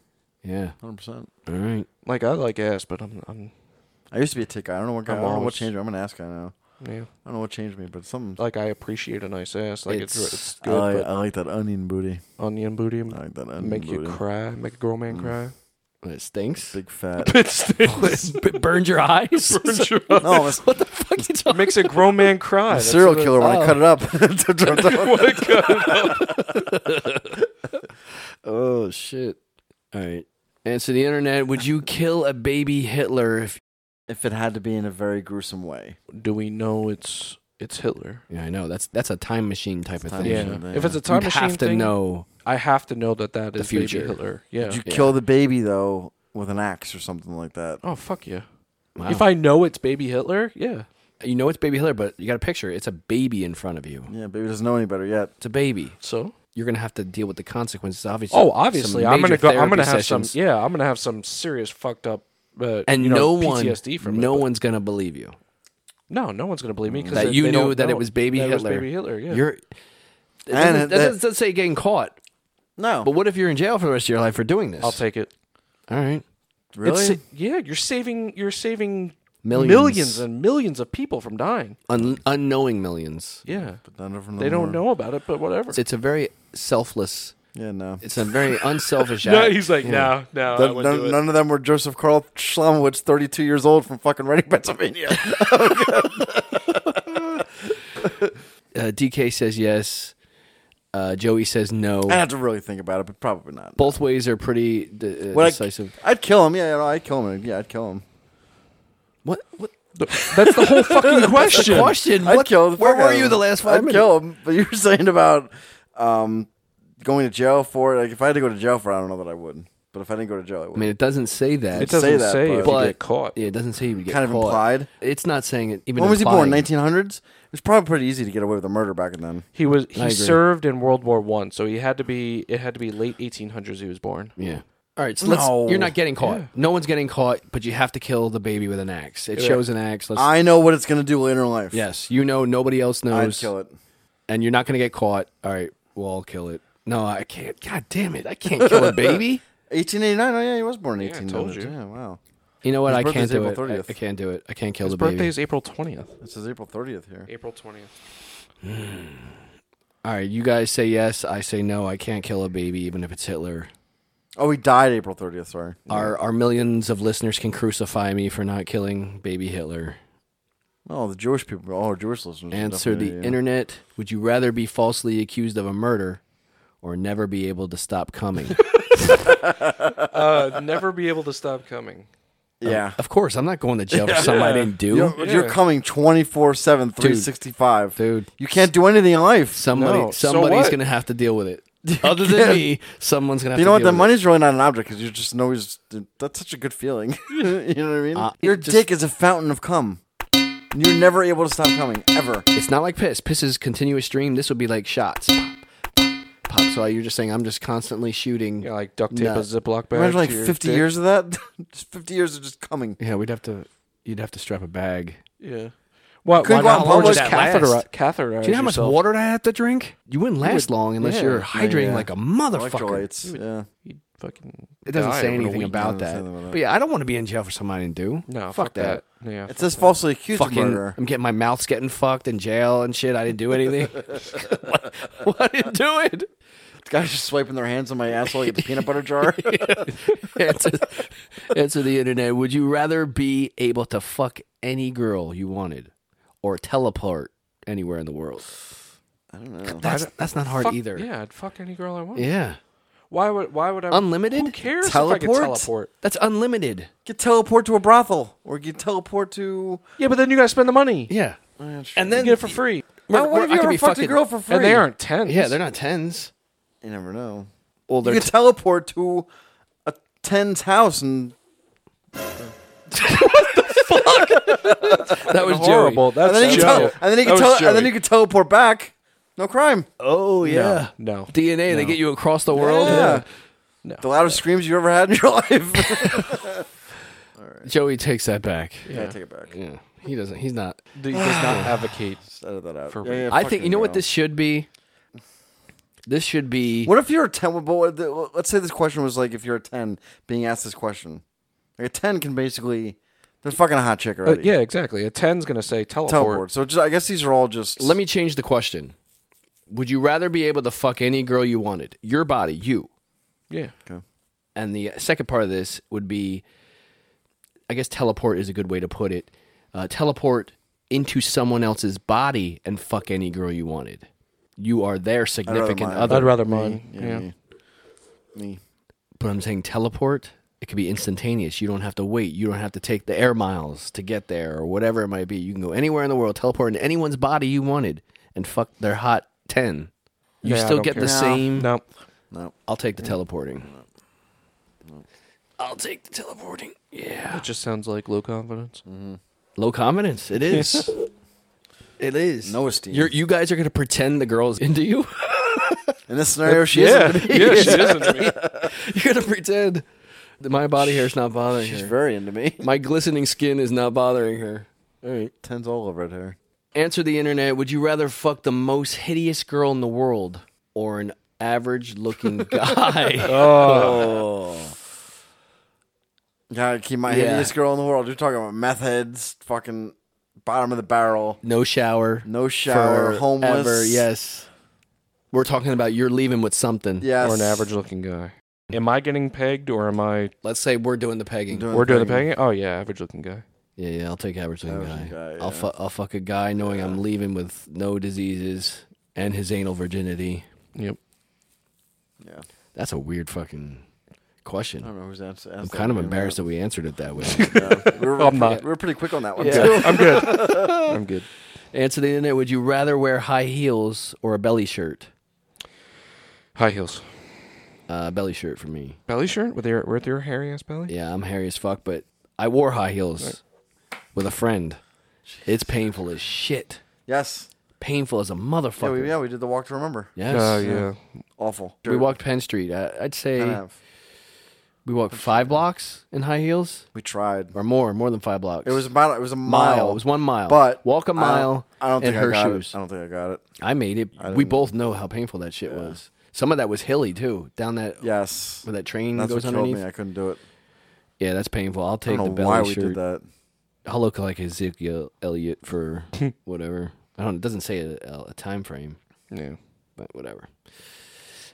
A: Yeah.
E: Hundred percent.
A: All right.
C: Like I like ass, but I'm I'm
E: I used to be a tit guy. I don't know what guy. I
C: I'm
E: don't know what
C: always-
E: changed. me. I'm an ass guy now.
C: yeah.
E: I don't know what changed me, but something.
C: Like I appreciate a nice ass. Like it's
A: It's-
C: it's, good,
E: I,
C: but
E: I like that onion booty.
C: onion booty m-
E: I like that onion
C: make you
E: booty.
C: cry, make a girl man
A: Mm. [laughs]
C: cry.
A: It stinks. [laughs]
E: Big fat.
C: It's- it's-
A: it burns your
C: [laughs]
A: eyes.
E: no, it's
A: what the fuck you talking
C: makes a grown man cry.
E: a
C: That's
E: serial
C: what it-
E: killer when
A: oh.
E: I cut it [laughs] up.
A: [laughs] Oh, shit. All right. Answer the internet. Would you kill a baby Hitler if.
E: if it had to be in a very gruesome way,
C: Do we know it's it's Hitler?
A: Yeah, I know. That's that's a time machine type of
E: Time
A: thing.
E: machine.
A: You'd
C: Yeah. If it's a time machine
A: have to
C: thing,
A: know.
C: I have to know that that is baby
A: future.
C: Hitler. Yeah.
E: Did you
A: Yeah.
E: kill the baby though with an axe or something like that?
C: oh fuck yeah.
A: Wow.
C: If I know it's baby Hitler, yeah.
A: you know it's baby Hitler, but you got a picture. It's a baby in front of you.
E: Yeah, baby doesn't know any better yet.
A: It's a baby.
C: So
A: You're gonna have to deal with the consequences. Obviously.
C: Oh, obviously,
A: some
C: I'm gonna
A: major
C: go. I'm gonna
A: therapy
C: have
A: sessions.
C: some. Yeah, I'm gonna have some serious fucked up. Uh,
A: and
C: you know,
A: no one,
C: PTSD from it,
A: no
C: but-
A: one's gonna believe you
C: no, no one's gonna believe me because
A: that you knew that it was baby
C: that it was
A: Hitler.
C: baby Hitler, yeah.
A: You're. That
E: And
A: doesn't, that,
E: that-
A: doesn't- doesn't say getting caught.
E: No,
A: But what if you're in jail for the rest of your life for doing this?
C: I'll take it.
A: All right.
E: really?
C: It's, yeah, you're saving. You're saving
A: Millions.
C: millions and millions of people from dying.
A: Un- unknowing millions.
C: Yeah,
E: None of them
C: they don't
E: are.
C: know about it, but whatever.
A: It's, it's a very selfless.
E: Yeah, no.
A: It's a
C: [laughs]
A: very unselfish
C: no,
A: act.
C: he's like, no, no, I
E: None-
C: wouldn't do
E: none,
C: it.
E: none of them were Joseph Carl Schlomowitz, 32 years old from fucking Reading, Pennsylvania.
A: uh, DK says yes. Uh, Joey says no.
E: I had to really think about it, but probably not.
A: Both ways are pretty de- uh,
E: Would I-
A: decisive.
E: I'd kill him. Yeah, no, I'd kill him. Yeah, I'd kill him.
A: what? What?
C: That's the
A: [laughs]
C: whole fucking question.
A: Question.
E: I'd
A: What,
E: kill the
A: where
E: fuck out
A: were
E: of
A: you
E: him.
A: the last 5
E: I'd
A: minutes?
E: kill him. But you were [laughs] saying about um, going to jail for it. Like, if I had to go to jail for it, I don't know that I would. But if I didn't go to jail, I would.
A: I mean, it doesn't say that.
C: It
E: say
C: doesn't say,
E: that,
C: if
E: but-
C: you get caught.
A: Yeah, it doesn't say you would get
E: kind of
A: caught.
E: implied.
A: It's not saying it. Even
E: When was he born?
A: implying.
E: 1900s? It was probably pretty easy to get away with a murder back then.
C: He was
A: I
C: he
A: agree.
C: served in World War One, so he had to be. It had to be late 1800s. He was born.
A: Yeah. All right, so let's.
E: No.
A: You're not getting caught. No one's getting caught, but you have to kill the baby with an axe. It shows an axe. Let's,
E: I know what it's going to do later in life.
A: yes, you know nobody else
E: I'd
A: knows,
E: kill it.
A: and you're not going to get caught. All right, well, I'll kill it. No, I can't. God damn it, I can't kill a baby.
E: 1889? Oh, yeah, he was born in
C: I
E: 1800s.
C: told you.
E: Yeah, wow.
A: You know what?
E: His
A: I can't
E: birthday's
A: do
E: April
A: it. I,
E: 30th.
A: I can't do it. I can't kill
C: His
A: the baby.
C: birthday is April 20th.
E: This is April 30th here.
C: April 20th.
A: All right, you guys say yes. I say no. I can't kill a baby, even if it's Hitler.
E: Oh, he died April 30th, sorry.
A: Our our millions of listeners can crucify me for not killing baby Hitler.
E: Oh, the Jewish people. Oh, Jewish listeners.
A: Answer the
E: definitely, yeah.
A: internet. Would you rather be falsely accused of a murder or never be able to stop [laughs] coming?
C: Uh, never be able to stop coming.
E: Yeah.
A: of course, I'm not going to jail for something I didn't do.
E: You're, you're coming 24 7, 365.
A: Dude.
E: You can't do anything in life.
A: Somebody,
C: No, so
A: somebody's
C: what?
A: going to have to deal with [laughs] it. Other than me, someone's going to have
E: you know
A: to
E: what?
A: deal
E: The
A: with
E: money's really not an object because you're just always. That's such a good feeling. [laughs] you know what I mean?
A: Uh,
E: Your
A: just-
E: dick is a fountain of cum. And You're never able to stop coming, ever.
A: it. It's not like piss. Piss is continuous stream. This would be like shots. Pop, pop, pop. So you're just saying I'm just constantly shooting.
C: You know, like duct tape
A: No.
C: a Ziploc bag.
E: Imagine like
C: to your
E: 50
C: dick.
E: years of that. [laughs] just 50 years of just coming.
A: Yeah, we'd have to. You'd have to strap a bag.
C: Yeah. Why,
E: Couldn't go out
C: why
E: in
C: not? Or
E: public
C: just
A: that last.
C: catheterize, catheterize
A: Do you know how much
C: yourself.
A: water I have to drink? You wouldn't last long unless
C: yeah.
A: you're
C: Yeah,
A: hydrating
E: yeah.
A: like a motherfucker.
E: Electrolytes. Yeah.
C: You'd fucking
A: It doesn't
C: die
A: say
C: over the
A: anything
C: weekend.
A: about
E: Doesn't say
A: that.
E: anything about
A: But yeah, I don't want to be in jail for something I didn't do.
C: No, fuck, that. Yeah.
E: It says falsely accused of
A: Fucking,
E: murder.
A: I'm getting my mouth's getting fucked in jail and shit. I didn't do [laughs] anything. what, I didn't do it.
E: Guys just swiping their hands on my asshole like the peanut butter [laughs] jar.
A: Answer, answer the internet. Would you rather be able to fuck any girl you wanted, or teleport anywhere in the world?
E: I don't know.
A: That's that's not hard
C: Fuck-
A: either.
C: Yeah, I'd fuck any girl I want.
A: Yeah.
C: Why would Why would I?
A: Unlimited?
C: Who cares
A: teleport?
C: if I could teleport?
A: That's unlimited.
E: Get teleport to a brothel, or get teleport to.
C: Yeah, but then you gotta spend the money.
A: Yeah.
E: and
A: then
C: You get it for free.
E: now, what
A: we're-
E: if
A: I
E: you
A: could
E: ever
A: be
E: fucked a
A: fucking-
E: girl for free?
C: And they aren't tens.
A: Yeah, they're not tens.
E: You never know.
A: Well,
E: You
A: they're
E: could
A: t-
E: teleport to a ten's house and
A: that was
C: horrible.
A: Joey.
C: That's
E: and then you could
C: Joey.
E: tele- and then you could
C: That was
E: tele- and then
C: Joey.
E: you could teleport back. No crime.
A: Oh yeah.
C: no.
A: DNA. They
C: No.
A: get you across the world.
E: Yeah.
C: No.
E: The loudest screams you ever had in your [laughs] life.
A: Joey takes that back.
E: yeah, take it back.
A: Yeah. He doesn't. He's not. [sighs]
C: He does not advocate.
E: Just edit that out.
C: For
E: Yeah,
C: real.
E: yeah,
A: I
E: fuck
A: think
E: it,
A: you know what
E: girl.
A: this should be. This should be.
E: What if you're a ten? But what the- let's say this question was like, if you're a ten, being asked this question, like a ten can basically, they're fucking a hot chick
C: Uh,
E: already.
C: yeah, exactly. A ten's gonna say teleport.
E: teleport. So just, I guess these are all just.
A: Let me change the question. Would you rather be able to fuck any girl you wanted? Your body, you.
C: Yeah.
A: And the second part of this would be I guess teleport is a good way to put it. Uh, teleport into someone else's body and fuck any girl you wanted. You are their
E: I'd rather
A: significant
E: mine.
A: other.
C: I'd rather mine.
E: Yeah,
C: yeah.
E: Me. Me.
A: But I'm saying teleport, it could be instantaneous. You don't have to wait. You don't have to take the air miles to get there or whatever it might be. You can go anywhere in the world, teleport into anyone's body you wanted and fuck their hot 10. You
C: Yeah, I
A: still
C: don't
A: get
C: care.
A: the
C: No.
A: same.
C: No.
E: No.
A: I'll take the teleporting. I'll take the teleporting. Yeah.
C: It just sounds like low confidence.
A: Low confidence. It [laughs] is. it is.
E: No esteem.
A: You're, you guys are going to pretend the girl's into you. [laughs]
E: In this scenario, she
C: [laughs] Yeah.
E: is.
C: yeah, she is into me.
A: You're going to pretend that my body hair's not bothering
E: She's
A: her.
E: very into me.
A: my glistening skin is not bothering her. All right.
E: Tens all over it here.
A: Answer the internet. Would you rather fuck the most hideous girl in the world or an average
E: [laughs]
A: looking guy?
E: Oh. Gotta keep my
A: Yeah.
E: hideous girl in the world. You're talking about meth heads, fucking bottom of the barrel,
A: no shower.
E: no shower,
A: forever,
E: homeless.
A: Yes. We're talking about you're leaving with something.
E: Yes.
C: Or an average looking guy. Am I getting pegged or am I
A: Let's say we're doing the pegging.
E: Doing
C: we're doing the
E: thing.
C: pegging? Oh yeah, average looking guy.
A: yeah, yeah. I'll take average looking guy.
E: Average guy,
A: I'll
E: yeah.
A: fu- I'll fuck a guy knowing I'm leaving with no diseases and his anal virginity.
C: Yep.
E: Yeah.
A: That's a weird fucking question.
E: I don't know who's asked.
A: I'm kind of embarrassed that we answeed it
E: [laughs]
A: that way. [laughs]
E: We were,
C: I'm
E: pretty,
C: not.
E: we were pretty quick on that one.
C: Yeah, I'm good. I'm good.
A: Answer the internet. Would you rather wear high heels or a belly shirt?
C: High heels.
A: Uh, belly shirt for me.
C: Belly shirt with your with your hairy ass belly?
A: Yeah, I'm hairy as fuck, but I wore high heels with a friend. It's painful as shit.
E: Yes.
A: Painful as a
E: Yeah
A: motherfucker.
E: we, yeah, we did the walk to remember.
A: Yes.
C: Oh yeah.
E: Awful.
A: We walked Penn Street. I, I'd say
E: Kind of.
A: we walked five blocks in high heels
E: We tried.
A: or more, more than five blocks.
E: It was about. It was a
A: mile.
E: mile.
A: It was one mile.
E: But
A: walk a
E: I don't-
A: mile
E: I don't,
A: in
E: think
A: her
E: I got it.
A: shoes.
E: I don't think I got it.
A: I made it. we both know how painful that shit was. Some of that was hilly too, down that
E: Yes.
A: where that train
E: That's what
A: goes
E: killed
A: underneath.
E: me. I couldn't do it.
A: Yeah, that's painful. I'll
E: I
A: take the
E: don't know
A: belly
E: why we
A: shirt.
E: did that.
A: I'll look like Ezekiel Elliott [laughs] for whatever. I don't. It doesn't say a, a- a time frame,
C: Yeah.
A: but whatever.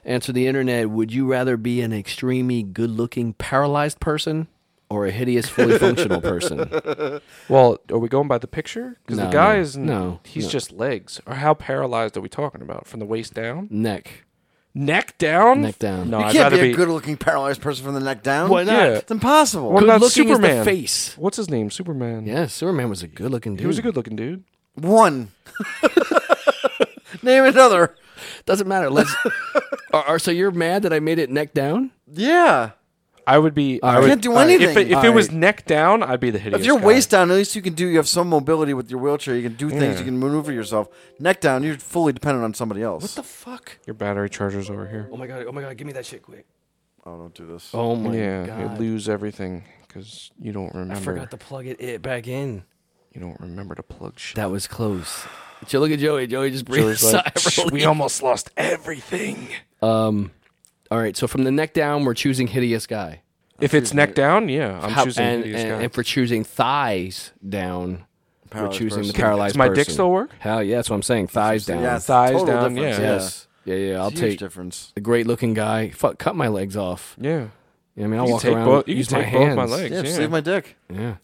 A: Answer the internet. Would you rather be an extremely good-looking paralyzed person or a hideous, fully [laughs] functional person?
C: Well, are we going by the picture? Because
A: No,
C: the guy
A: no,
C: is
A: no,
C: He's
A: no.
C: just legs. Or how paralyzed are we talking about? From the waist down,
A: Neck,
C: neck down,
A: neck down.
C: No,
E: You
C: I'd
E: can't
C: rather
E: be a
C: be.
E: good-looking paralyzed person from the neck down.
A: Why not?
C: Yeah.
E: It's impossible.
C: What about
A: Good-looking is the
C: Superman?
A: face.
C: What's his name? Superman.
A: Yeah, Superman was a good-looking dude.
C: He was a good looking dude.
A: [laughs]
E: One. Name another.
A: Doesn't matter. [laughs] Let's. are, are, so you're mad that I made it neck down?
E: Yeah.
C: I would be. I
E: You
C: would,
E: can't do
C: all right, If
E: anything.
C: it, if
E: All
C: it was
E: right.
C: neck down, I'd be the hideous.
E: If you're
C: guy.
E: waist down, at least you can do. You have some mobility with your wheelchair. You can do things.
C: Yeah.
E: You can maneuver yourself. Neck down, you're fully dependent on somebody else. What the?
A: fuck?
C: your battery charger's over here.
A: Oh my god! Oh my god! Give me that shit quick.
E: oh, don't do this.
A: Oh my
C: yeah,
A: god!
C: you lose everything because you don't remember.
A: I forgot to plug it, it back in.
C: You don't remember to plug shit.
A: That was close. Joe, look at Joey. Joey just
C: So
A: breathed [laughs] a
C: it's
A: sigh
C: like,
A: of
C: "Shh, we
A: relief.
C: almost lost everything.
A: Um, all right. So from the neck down, we're choosing hideous guy.
C: If it's neck down, yeah, I'm
A: How-
C: choosing
A: and,
C: hideous
A: and
C: guy.
A: if we're choosing thighs down,
E: Paralyzed
A: we're choosing the
E: person.
A: paralyzed.
C: Does my dick
A: person.
C: still work?
A: Hell yeah! That's what I'm saying. Thighs down.
E: Yes,
C: Thighs
E: total
C: down,
E: difference,
C: yeah.
A: Yes. Yeah. Yeah. I'll
E: Huge
A: take
E: difference.
A: a great looking guy. Fuck, cut my legs off.
C: Yeah,
A: You know what I mean, I'll
C: can
A: walk
C: take
A: around.
C: both- you can
A: use my
C: take both my
A: hands.
C: legs.
E: Yeah, just
C: Yeah.
E: leave my dick.
A: Yeah.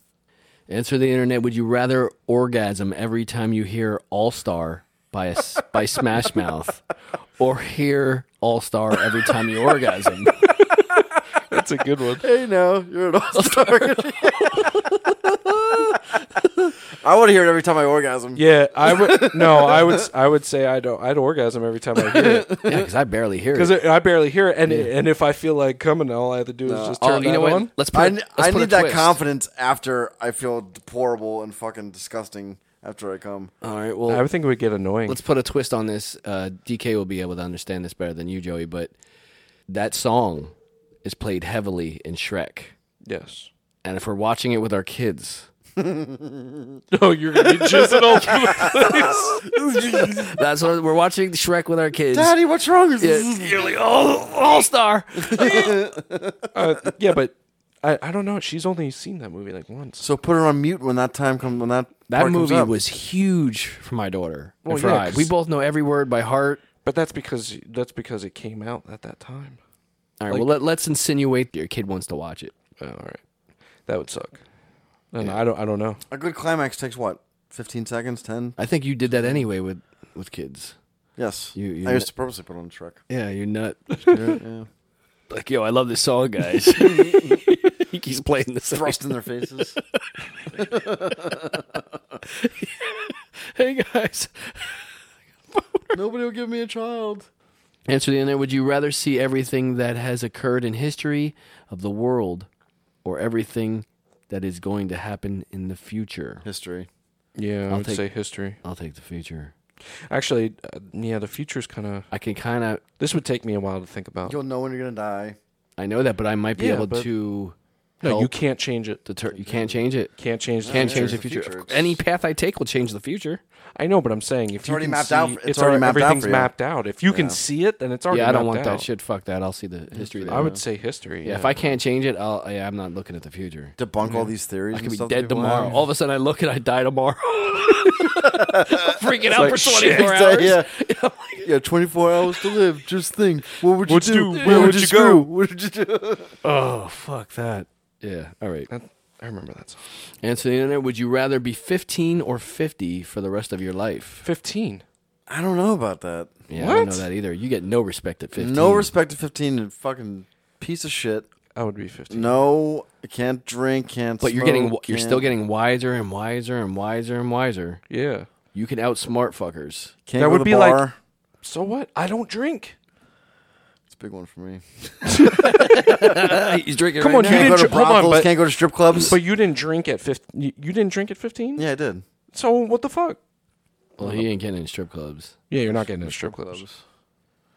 A: Answer the internet. Would you rather orgasm every time you hear All Star by a s by Smash Mouth, or hear All Star every time you orgasm.
C: [laughs]
A: [laughs]
C: That's a good one.
E: Hey, now you're an all star. [laughs] I want to hear it every time I orgasm.
C: Yeah, I [laughs] would. No, I would. I would say I don't. I'd orgasm every time I hear [laughs] it
A: Yeah, because I barely hear
C: because
A: it.
C: I barely hear it, and and if I feel like coming, all I have to do is just turn
A: Oh, you
C: that
A: know what?
C: on.
A: Let's put.
E: I,
A: a- let's
E: I
A: put a
E: need that
A: twist.
E: confidence after I feel deplorable and fucking disgusting after I come.
A: All right.
C: I
A: Well,
C: would think it would get annoying.
A: let's put a twist on this. Uh, DK will be able to understand this better than you, Joey. But that song is played heavily in Shrek,
C: [laughs] yes.
A: and if we're watching it with our kids,
C: No, Oh, you're gonna be jizzing all over the place.
A: that's what we're watching Shrek with our kids.
E: Daddy, what's wrong? with
A: Yeah,
E: this?
A: you're like all all star.
C: [laughs] Uh, yeah, but I, I don't know. She's only seen that movie like once.
E: [laughs] So put her on mute when that time comes. When that
A: That
E: part comes
A: movie
E: up.
A: was huge for my daughter. and
C: Well,
A: for
C: yeah,
A: I.
C: 'cause-
A: We both know every word by heart.
C: But that's because that's because it came out at that time.
A: All right, well let, let's insinuate that your kid wants to watch it.
C: Oh, all right, that would suck. And I don't. I don't know.
E: a good climax takes what? Fifteen seconds, ten?
A: I think you did that anyway with with kids.
E: Yes.
A: You- you-
E: I used to purposely put
A: [laughs]
E: on Shrek.
A: Yeah, you nut.
E: yeah.
A: like, yo, I love this song, guys. [laughs] he keeps playing this. song.
E: Thrust in
A: [laughs]
E: their faces.
A: Hey guys,
E: Nobody will give me a child.
A: answer the internet. Would you rather see everything that has occurred in history of the world, or everything that is going to happen in the future?
E: History.
C: Yeah, i would
A: take-
C: say history.
A: I'll take the future.
C: Actually, uh, yeah, the future's kind of.
A: I can kind of
C: This would take me a while to think about.
E: You'll know when you're gonna die.
A: I know that, but I might be
C: Yeah,
A: able
C: but-
A: to.
C: no, you
A: help
C: can't change it.
A: deter. You can't change it.
C: Can't change. The
A: Can't
C: future.
A: change the
E: the
A: future.
E: future. It's-
A: Any path I take will change the future.
C: I know, but I'm saying if you
E: already
C: can
E: mapped
C: see,
E: out for-
C: it's,
E: it's already mapped out
C: everything's
E: for you.
C: mapped out. If you can see it, then it's already.
A: yeah, I don't
C: mapped
A: want that
C: out.
A: shit. Fuck that. I'll see the history. There.
C: I would say history.
A: Yeah, if I can't change it, I'll. Yeah, I'm not looking at the future.
E: Debunk all these theories.
A: I could
E: and
A: be
E: stuff that
A: dead
E: people
A: tomorrow.
E: have.
A: All of a sudden, I look and I die tomorrow. Freaking out
C: like,
A: for
C: shit.
A: 24 hours.
E: Yeah.
C: [laughs]
E: yeah, 24 hours to live. Just think. What would you
C: Oh What'd
E: do?
C: you-
E: Where would you go? What would you do?
A: Oh fuck that. Yeah. All right.
C: That- I remember that song.
A: Answer the internet. Would you rather be 15 or 50 for the rest of your life?
C: Fifteen.
E: I don't know about that.
A: Yeah, I don't
C: What?
A: know that either. You get no respect at 15.
E: No respect to 15 and fucking piece of shit.
C: I would be fifteen.
E: No, I can't drink, can't
A: But you're
E: smoke,
A: getting. You're
E: can't-
A: still getting wiser and wiser and wiser and wiser.
C: Yeah.
A: You can outsmart fuckers.
E: Can't
C: That
E: go
C: would
E: to
C: be
E: the
C: like-
E: bar.
C: So what? I don't drink.
E: It's a big one for me.
C: Uh,
A: He's drinking.
C: Come
A: right
C: on,
A: now.
C: you
E: Can't go
C: didn't.
E: to
C: dr- Hold on,
E: brothels,
C: but,
E: can't go to strip clubs.
C: but you didn't drink at fifteen. You, you didn't drink at fifteen.
E: yeah, I did.
C: So what the fuck?
A: Well, he ain't getting in strip clubs.
C: Yeah, you're not getting in strip clubs.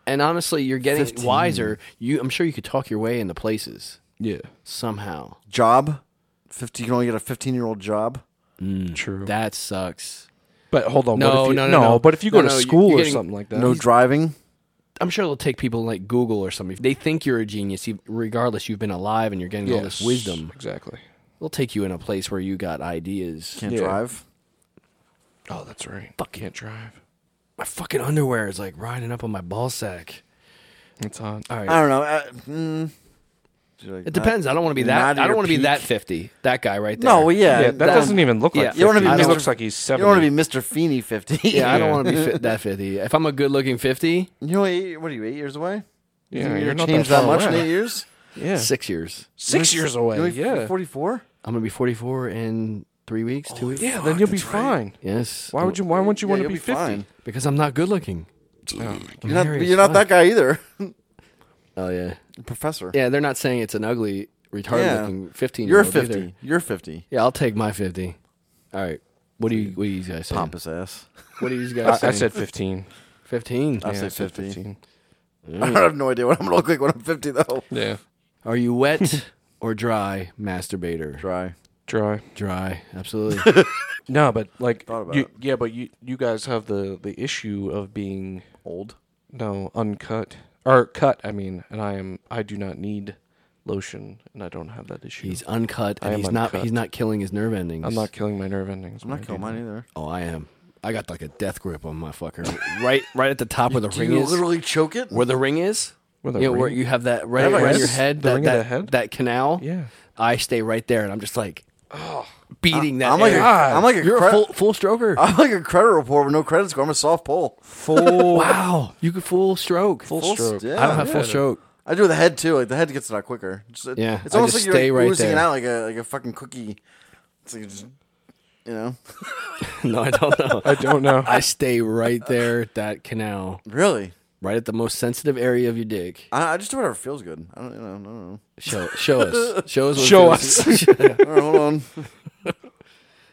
A: And honestly, you're getting wiser. You, I'm sure you could talk your way into places
C: Yeah.
A: somehow.
E: Job. 50 you can only get a 15-year-old job.
C: Mm. True.
A: That sucks.
C: But hold on.
A: No,
C: what if you,
A: no, no, no.
C: But if you go
A: No,
C: to
A: no, you-
C: school
A: you're
C: or
A: getting-
C: something like that,
E: No driving.
A: I'm sure they'll take people like Google or something. If They think you're a genius, you- regardless. You've been alive and you're getting all this
C: Yes,
A: wisdom.
C: Exactly.
A: They'll take you in a place where you got ideas.
E: Can't
C: Yeah.
E: drive.
C: Oh, that's right. Fuck, can't drive.
A: My fucking underwear is like riding up on my ball sack.
C: It's on.
A: All right.
E: I don't know. mm. I, mm, Dude, like,
A: it depends. I don't want to be
E: not
A: that.
E: at
A: I don't
E: your
A: want to be
E: peak.
A: that fifty. That guy right there.
E: No, well, yeah.
C: Yeah, that
E: that-
C: doesn't even look like.
A: yeah.
C: Yeah,
A: You
E: wanna be
C: He
E: Mr.
C: looks like he's
E: you
C: seven.
E: don't want to be Mr. Feeney 50.
A: yeah, I don't
C: [laughs] yeah.
A: want to be fit, that fifty. If I'm a good looking fifty,
E: [laughs] You know, eight, what are you, eight years away? You
C: Yeah,
E: think
C: you're, not
E: changed
C: that,
E: that,
C: far
E: much in
C: away.
E: eight
C: [laughs]
E: years?
C: Yeah, six,
A: six years.
C: years away.
E: You're only
C: yeah,
E: 44?
A: I'm gonna be 44 in three weeks,
E: Oh,
A: two weeks.
C: yeah. Then you'll be fine.
A: Yes.
C: Why would you? Why wouldn't you want to be, fifty?
A: Because I'm not good looking.
E: You're not, but you're not that guy either.
A: Oh yeah.
E: Professor.
A: Yeah, they're not saying it's an ugly, retarded
E: Yeah.
A: looking 15.
E: You're
A: year
E: 50.
A: Either.
E: You're 50.
A: Yeah, I'll take my 50. All right. What do you What do you guys saying?
E: Pompous ass.
A: What do you
C: I,
A: guys
C: I
A: saying?
C: said fifteen.
A: 15.
E: I
C: Yeah,
E: said
C: I said
E: 50. [laughs]
C: 15.
E: I have no idea what I'm going to look like when I'm 50, though.
C: Yeah,
A: Are you [laughs] wet or dry masturbator?
E: Dry.
C: dry.
A: Dry. Absolutely.
C: No, but like,
E: Thought about
C: you,
E: it.
C: yeah, but you you guys have the the issue of being
E: Old.
C: no uncut or cut. I mean, and I am I do not need lotion, and I don't have that issue.
A: he's uncut
C: I
A: and
C: am
A: he's not
C: uncut.
A: he's not killing his nerve endings.
C: I'm not killing my nerve endings.
E: I'm not killing mine either.
A: Oh, I am. I got like a death grip on my fucker. right right at the top
E: [laughs]
A: where the ring is.
E: choke it?
A: where the ring is,
C: Where the
A: you know, where
C: ring-
A: you have that right
E: Yeah,
A: around
E: yes.
A: your head,
C: The
A: that,
C: ring of
A: that,
C: the head?
A: that canal.
C: Yeah.
A: I stay right there, and I'm just like, oh, beating that.
E: I'm like a-
A: air.
E: I'm like a
A: you're
E: cra-
A: a full, full stroker.
E: I'm like a credit report with no credit score. I'm a soft pull.
C: Full
A: wow, you could full stroke.
C: full,
E: Full
C: stroke.
E: st-
A: I don't
E: yeah.
A: have full stroke.
E: I do with the head too. Like the head gets it out quicker. Just, it-
A: Yeah,
E: it's
A: I
E: almost
A: just
E: like
A: stay
E: you're
A: right
E: oozing it
A: there.
E: out like a like a fucking cookie. It's like just, you know,
A: [laughs] no, I don't know.
C: [laughs] I [laughs] don't know.
A: I stay right there at that canal,
E: really.
A: right at the most sensitive area of your dick.
E: I, I just do whatever feels good. I don't, you know, I don't
A: [laughs]
E: know.
A: Show, show us. Show us. what it
C: Show
A: feels-
C: us.
E: All right, hold on.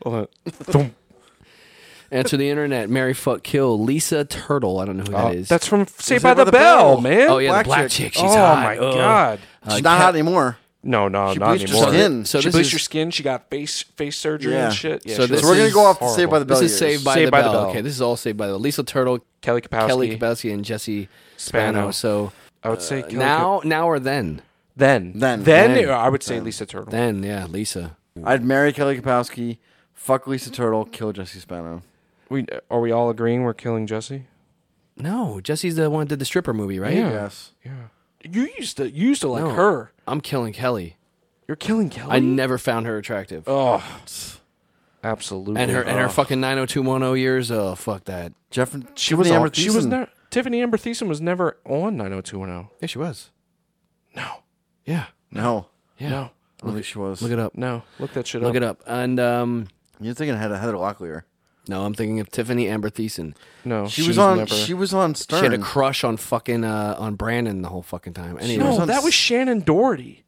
C: Hold on. Thump.
A: [laughs] Answer the internet. Mary fuck kill. Lisa Turtle. I don't know who
C: Oh,
A: that is.
C: That's from Saved by, the, Bell, man.
A: oh yeah,
E: Black
A: the black chick.
E: chick.
A: She's
C: oh
A: hot.
C: my
A: Ugh.
C: god.
A: Uh,
E: She's not hot anymore.
C: No, no,
E: She
C: not
E: bleached her
C: anymore.
E: skin.
A: So
C: she
A: this
C: bleached
A: is-
C: her skin. She got face face surgery
E: Yeah.
C: and shit. Yeah,
A: So
C: she
A: this
E: So
C: looks
E: we're gonna
A: is
E: go off to
C: horrible.
E: Saved by the Bell.
A: This is
E: years.
A: Saved by,
C: Saved
A: the,
C: by the
A: Bell.
C: Bell.
A: Okay, this is all Saved by the Bell. Lisa Turtle,
C: Kelly Kapowski.
A: Kelly Kapowski, and Jesse Spano.
C: Spano.
A: So
C: I would say Kelly
A: now, now or then,
C: Kap- then,
E: Then.
C: then,
E: Then.
C: I would say Lisa Turtle.
A: then yeah, Lisa.
E: I'd marry Kelly Kapowski, fuck Lisa Turtle, kill Jesse Spano.
C: We are we all agreeing we're killing Jesse?
A: No, Jesse's the one that did the stripper movie, right?
C: Yeah.
E: Yes.
C: Yeah. You used to you used to like
A: No.
C: her.
A: I'm killing Kelly.
C: You're killing Kelly.
A: I never found her attractive.
C: oh, absolutely.
A: and her and her
C: Ugh.
A: fucking 90210 years. Oh, fuck that.
E: Jeff.
C: She was
E: Amber
C: on, she was
E: Thiessen.
C: never Tiffany Amber Thiessen was never on 90210.
A: Yeah, she was.
C: No.
A: Yeah.
E: No,
A: Yeah.
C: No.
E: I don't think she was.
A: Look it up.
C: No. Look that shit
A: Look
C: up.
A: it up. And um
E: You're thinking ahead of Heather Locklear.
A: no, I'm thinking of Tiffany Amber Thiessen.
C: No.
E: She
C: she's
E: was on.
C: never-
E: She was on Stern.
A: She had a crush on fucking uh on Brandon the whole fucking time. Anyway,
C: No,
E: was on
C: that was
E: s-
C: Shannon Doherty.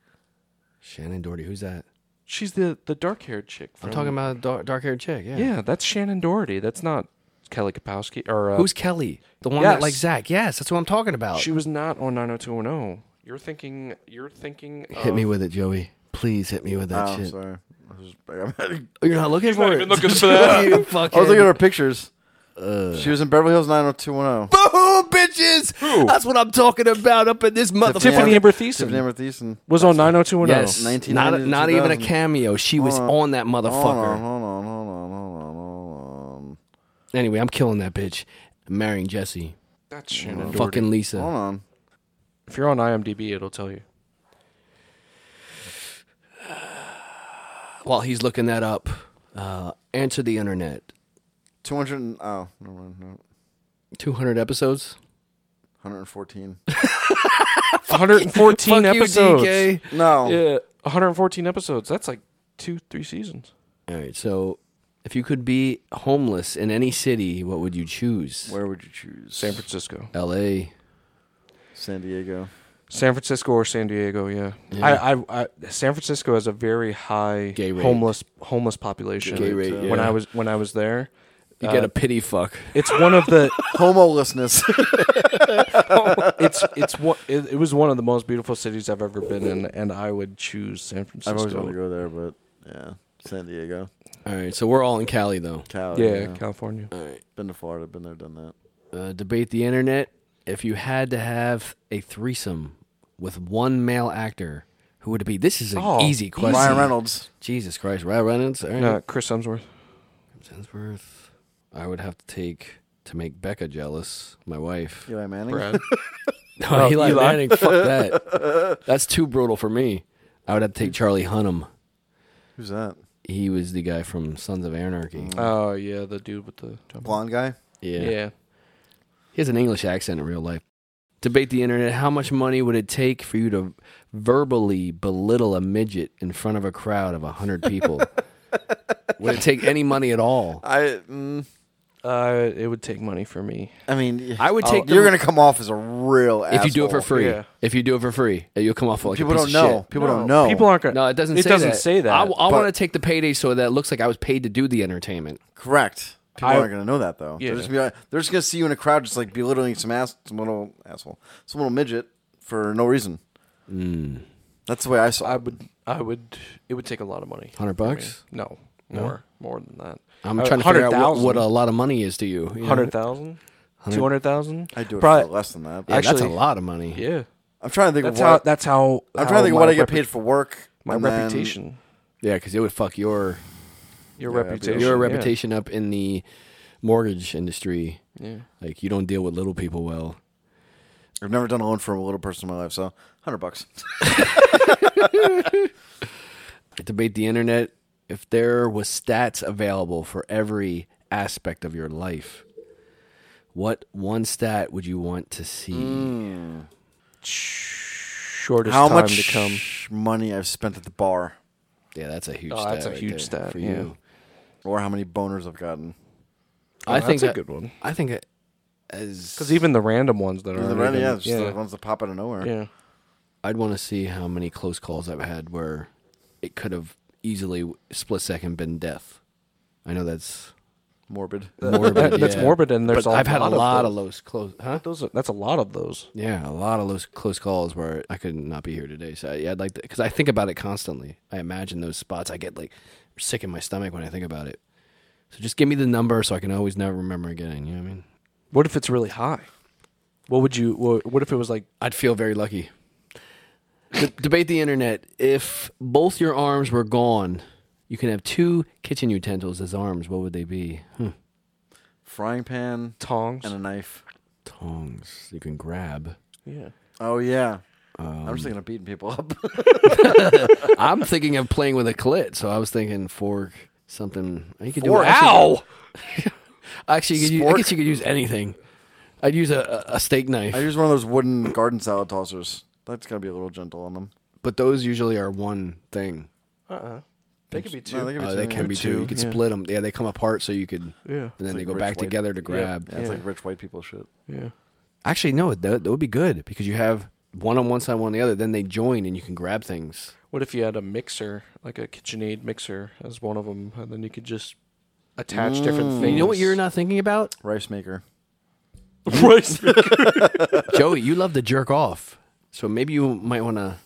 A: Shannon Doherty, who's that?
C: She's the the dark-haired chick.
A: I'm
C: from-
A: talking about a dark haired chick, yeah.
C: Yeah, that's Shannon Doherty. That's not Kelly Kapowski or uh,
A: Who's Kelly? The one
C: Yes.
A: that like Zach. Yes, that's what I'm talking about.
C: She was not on 90210. You're thinking. You're thinking.
A: hit me with it, Joey. Please hit me with that
E: Oh,
A: shit.
E: sorry. I was, just-
A: [laughs] Oh, You're not looking for
C: not
A: it. [laughs]
C: even looking for that.
A: You
E: I
A: fucking-
E: was looking at her pictures.
A: [laughs]
E: she was in Beverly Hills 90210.
A: Boom, bitches. That's what I'm talking about up in this motherfucker.
C: Tiffany Amber Thiessen
E: Tiffany Amber Thiessen.
C: was on 90210.
A: Yes,
E: 1990
A: not
E: to
A: not even a
E: 2000.
A: cameo. She was
E: on.
A: on, that
E: Hold on,
A: motherfucker.
E: hold on, hold on, hold on, hold on.
A: Anyway, I'm killing that bitch. I'm marrying Jesse.
C: That's Shannon Doherty.
A: Mm, Fucking Lisa.
E: Hold on.
C: If you're on IMDb, it'll tell you.
A: While he's looking that up, uh, answer the internet.
E: 200. and- Oh, never mind. No,
A: 200 episodes. [laughs]
E: 114.
A: Fuck
C: 114 episodes.
A: You, DK.
E: No.
C: Yeah, 114 episodes. That's like two, three seasons.
A: All right, so if you could be homeless in any city, what would you choose?
E: Where would you choose?
C: San Francisco,
A: L.A. [laughs]
E: San Diego.
C: San Francisco or San Diego. Yeah, I, I, I, San Francisco has a very high
A: Gay rate.
C: homeless homeless population.
A: Gay rate,
C: When
A: yeah.
C: I was when I was there,
A: You
C: Uh,
A: get a pity fuck.
C: it's one of the
A: [laughs]
E: Homolessness.
C: it's it's one it, it was one of the most beautiful cities I've ever been in, and I would choose San Francisco.
E: I've always wanted to go there, but yeah. San Diego.
A: All right, so we're all in Cali though.
E: Cali.
C: yeah,
E: yeah.
C: California.
E: Been to Florida. Been there, done that.
A: Uh, debate the internet. If you had to have a threesome with one male actor, who would it be? This is an
C: Oh,
A: easy question.
E: Ryan Reynolds.
A: Jesus Christ, Ryan Reynolds. All right.
C: No, Chris Hemsworth.
A: Hemsworth. I would have to take to make Becca jealous, my wife.
E: Eli Manning. [laughs]
C: Brad.
A: [laughs] No, Eli,
C: Eli.
A: Manning, fuck that. That's too brutal for me. I would have to take Charlie Hunnam.
E: Who's that? Mm.
A: He was the guy from Sons of Anarchy.
C: [laughs] oh yeah, the dude with the
E: Blonde guy.
A: Yeah.
C: yeah.
A: He has an English accent in real life. Debate the internet. How much money would it take for you to verbally belittle a midget in front of a crowd of 100
E: [laughs]
A: people? would it take any money at all?
E: I. Mm,
C: Uh, it would take money for me.
E: I mean,
A: I would
E: oh,
A: take
E: You're
A: them-
E: gonna come off as a real.
A: If you do it for free.
C: Yeah.
A: If you do it for free, you'll come off like
E: people
A: a piece
E: don't
A: of
E: know.
A: shit.
E: People don't know.
C: People aren't gonna.
A: No, it doesn't
C: It
A: say
C: doesn't
A: that.
C: say that.
A: I, I
E: but-
A: want to take the payday so that it looks like I was paid to do the entertainment.
E: Correct. People
C: I-
E: aren't going to know that though.
C: Yeah.
E: They're just gonna be like, they're just going to see you in a crowd, just like belittling some ass, some little asshole, some little midget for no reason. That's the way I saw.
C: Hmm. I
E: it.
C: would. I would. It would take a lot of money.
A: 100
C: for me.
A: bucks?
C: No, more, more than that.
A: I'm
C: Uh,
A: trying to figure out what,
C: 100,000.
A: what a lot of money is to you. you know?
C: Hundred thousand. Two hundred thousand.
E: I do it
C: Probably-
E: for less than that.
A: Yeah, that's a
C: actually-
A: lot of money.
C: Yeah.
E: I'm trying to think.
C: That's
E: of
C: how.
E: what,
C: That's how.
E: I'm
C: how
E: trying to think of
C: my
E: what I get
C: repu-
E: paid for work.
C: My
E: and then-
C: reputation.
A: Yeah, because it would fuck your
C: Your
E: Yeah,
C: reputation.
A: your
C: yeah.
A: reputation up in the mortgage industry.
C: Yeah.
A: Like you don't deal with little people well.
E: I've never done a loan for a little person in my life, so hundred bucks.
A: Debate the internet. if there was stats available for every aspect of your life, what one stat would you want to see?
C: Hmm. Mm. Shortest
E: Hmm. How
C: time
E: much
C: to come.
E: money I've spent at the bar,
A: Yeah, that's a huge.
C: Oh,
A: stat
C: that's a
A: right
C: huge
A: there
C: stat,
A: for
C: yeah.
A: you.
E: or how many boners I've gotten.
A: I
C: Oh, that's
A: think
C: a
A: that-
C: good one.
A: I think it, as
C: Because even the random ones that are
E: The
C: already
E: random, yeah,
C: been-
E: it's just the ones that pop out of nowhere.
C: yeah.
A: I'd want to see how many close calls I've had where it could have easily split second been death. I know that's
E: Morbid.
A: morbid.
C: [laughs] That- that's
A: yeah.
C: morbid, and there's
A: but
C: a
A: I've had a
C: lot of
A: lot
C: those.
A: of those close, huh?
C: Those are, that's a lot of those.
A: Yeah, a lot of those close calls where I could not be here today. So yeah, I'd like to because I think about it constantly. I imagine those spots. I get like sick in my stomach when I think about it. So just give me the number so I can always never remember again. You know what I mean?
C: What if it's really high? What would you? What, what if it was like?
A: I'd feel very lucky. D- debate the internet. If both your arms were gone, you can have two kitchen utensils as arms. What would they be? Hmm.
E: Frying pan
C: Tongs.
E: and a knife.
A: Tongs you can grab.
C: yeah.
E: Oh yeah. I'm
A: Um,
E: just thinking of beating people up.
A: I'm thinking of playing with a clit, so I was thinking fork, something. You could
E: Fork?
A: do actually- [laughs] Actually, you could use, I
E: Spork?
A: guess you could use anything. I'd use a, a a steak knife,
E: I use one of those wooden garden salad tossers. That's gotta be a little gentle on them.
A: but those usually are one thing.
C: Uh. uh They could be two.
E: No, they can be
A: Uh,
E: two,
A: they
E: yeah.
A: can be two. You could
C: yeah.
A: split them. Yeah, they come apart, so you could, and
C: yeah.
A: then they
E: like
A: go
E: rich
A: back
E: white-
A: together to grab.
E: Yeah, it's
C: Yeah.
E: like rich white people shit.
C: Yeah.
A: Actually, no, that, that would be good because you have one on one side, one on the other. Then they join, and you can grab things.
C: What if you had a mixer, like a KitchenAid mixer, as one of them, and then you could just attach different things?
E: Mm.
A: You know what you're not thinking about,
E: Rice maker.
C: [laughs] Rice.
A: Joey? You love to jerk off, so maybe you might want to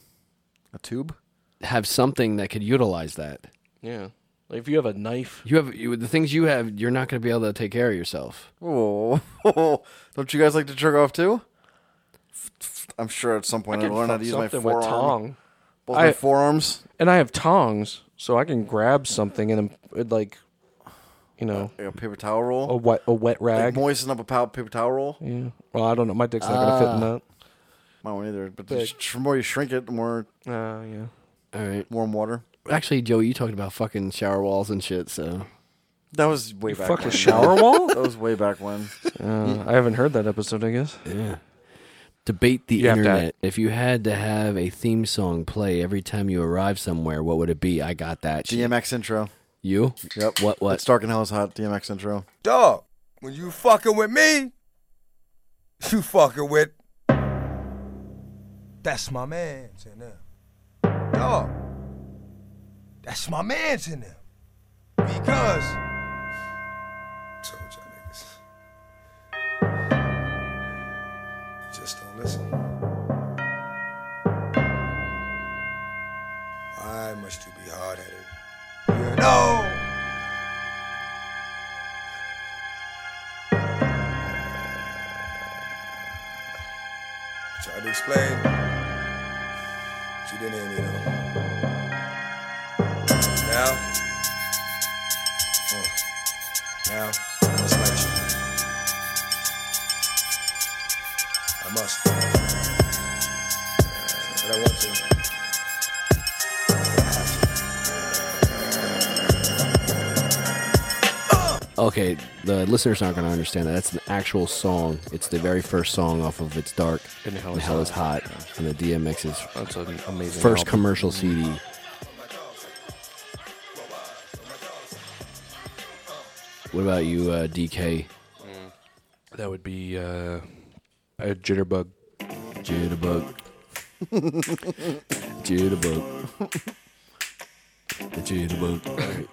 E: A tube?
A: have something that could utilize that.
C: yeah. Like if you have a knife.
A: You have you, the things you have. You're not going to be able to take care of yourself.
E: Whoa. [laughs] Don't you guys like to jerk off too? I'm sure at some point I,
C: I could
E: learned how
C: fuck
E: to use my
C: something with
E: forearm.
C: tong.
E: Both
C: I-
E: my forearms.
C: And I have tongs, so I can grab something and then, like, you know,
E: Like a paper towel roll.
C: a wet a wet
E: like
C: rag.
E: moisten up a pow- paper towel roll.
C: yeah. Well, I don't know. My dick's not gonna fit in that.
E: My one either. But the
C: Big.
E: sh- more you shrink it, the more
C: Uh, yeah.
A: All right.
E: warm water.
A: Actually, Joey, you talking about fucking shower walls and shit, so
E: That was way back.
C: Fuck
E: when.
C: a
E: [laughs]
C: shower wall?
E: That was way back when.
C: Uh, I haven't heard that episode. I guess.
A: yeah. Debate the
C: You have to-
A: internet. If you had to have a theme song play every time you arrive somewhere, what would it be? I got that. shit.
E: DMX intro.
A: You?
E: Yep.
A: What? What?
E: It's dark and hell is hot. DMX intro.
F: Dog, when you fucking with me, you fucking with. That's my man's in there. Dog, that's my man's in there. Because. Told y'all niggas. Just don't listen. Why must you be hard headed? You know. Tried to explain. She didn't hear me though. Now. Uh, now. I must let you. I must. But I want to. I have
A: Okay, the listeners aren't going to understand that. That's an actual song. It's the very first song off of It's Dark and Hell, is Hot and the DMX's
C: That's an amazing.
A: first
C: album.
A: commercial CD. What about you, uh, DK?
C: that would be uh, a jitterbug.
A: Jitterbug. Jitterbug. The Jitterbug.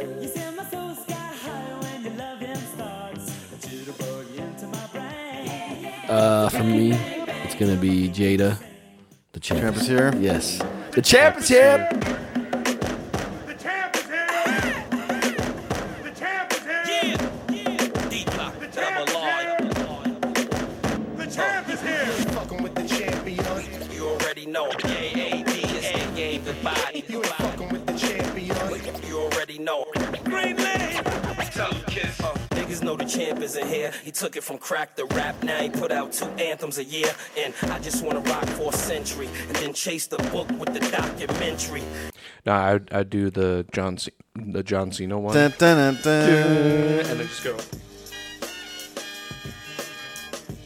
G: You send my soul sky high when your loving starts. A jitterbug into my brain.
A: Uh, for me, it's gonna be Jada. The champ,
E: Champ is here.
A: Yes, the champ is here.
H: fucking with the champion. You already know. AAD is the game, the body. You ain't fucking with the champion. You already know. Green Lane. back, tell him kiss. Niggas know the champ isn't here. He took it from crack to rap. Now he put out two anthems a year. And I just wanna rock for a century. And then chase the book with the documentary.
C: No, I I do the John C- the John Cena one,
E: Dun, dun, dun, dun.
C: and I just go.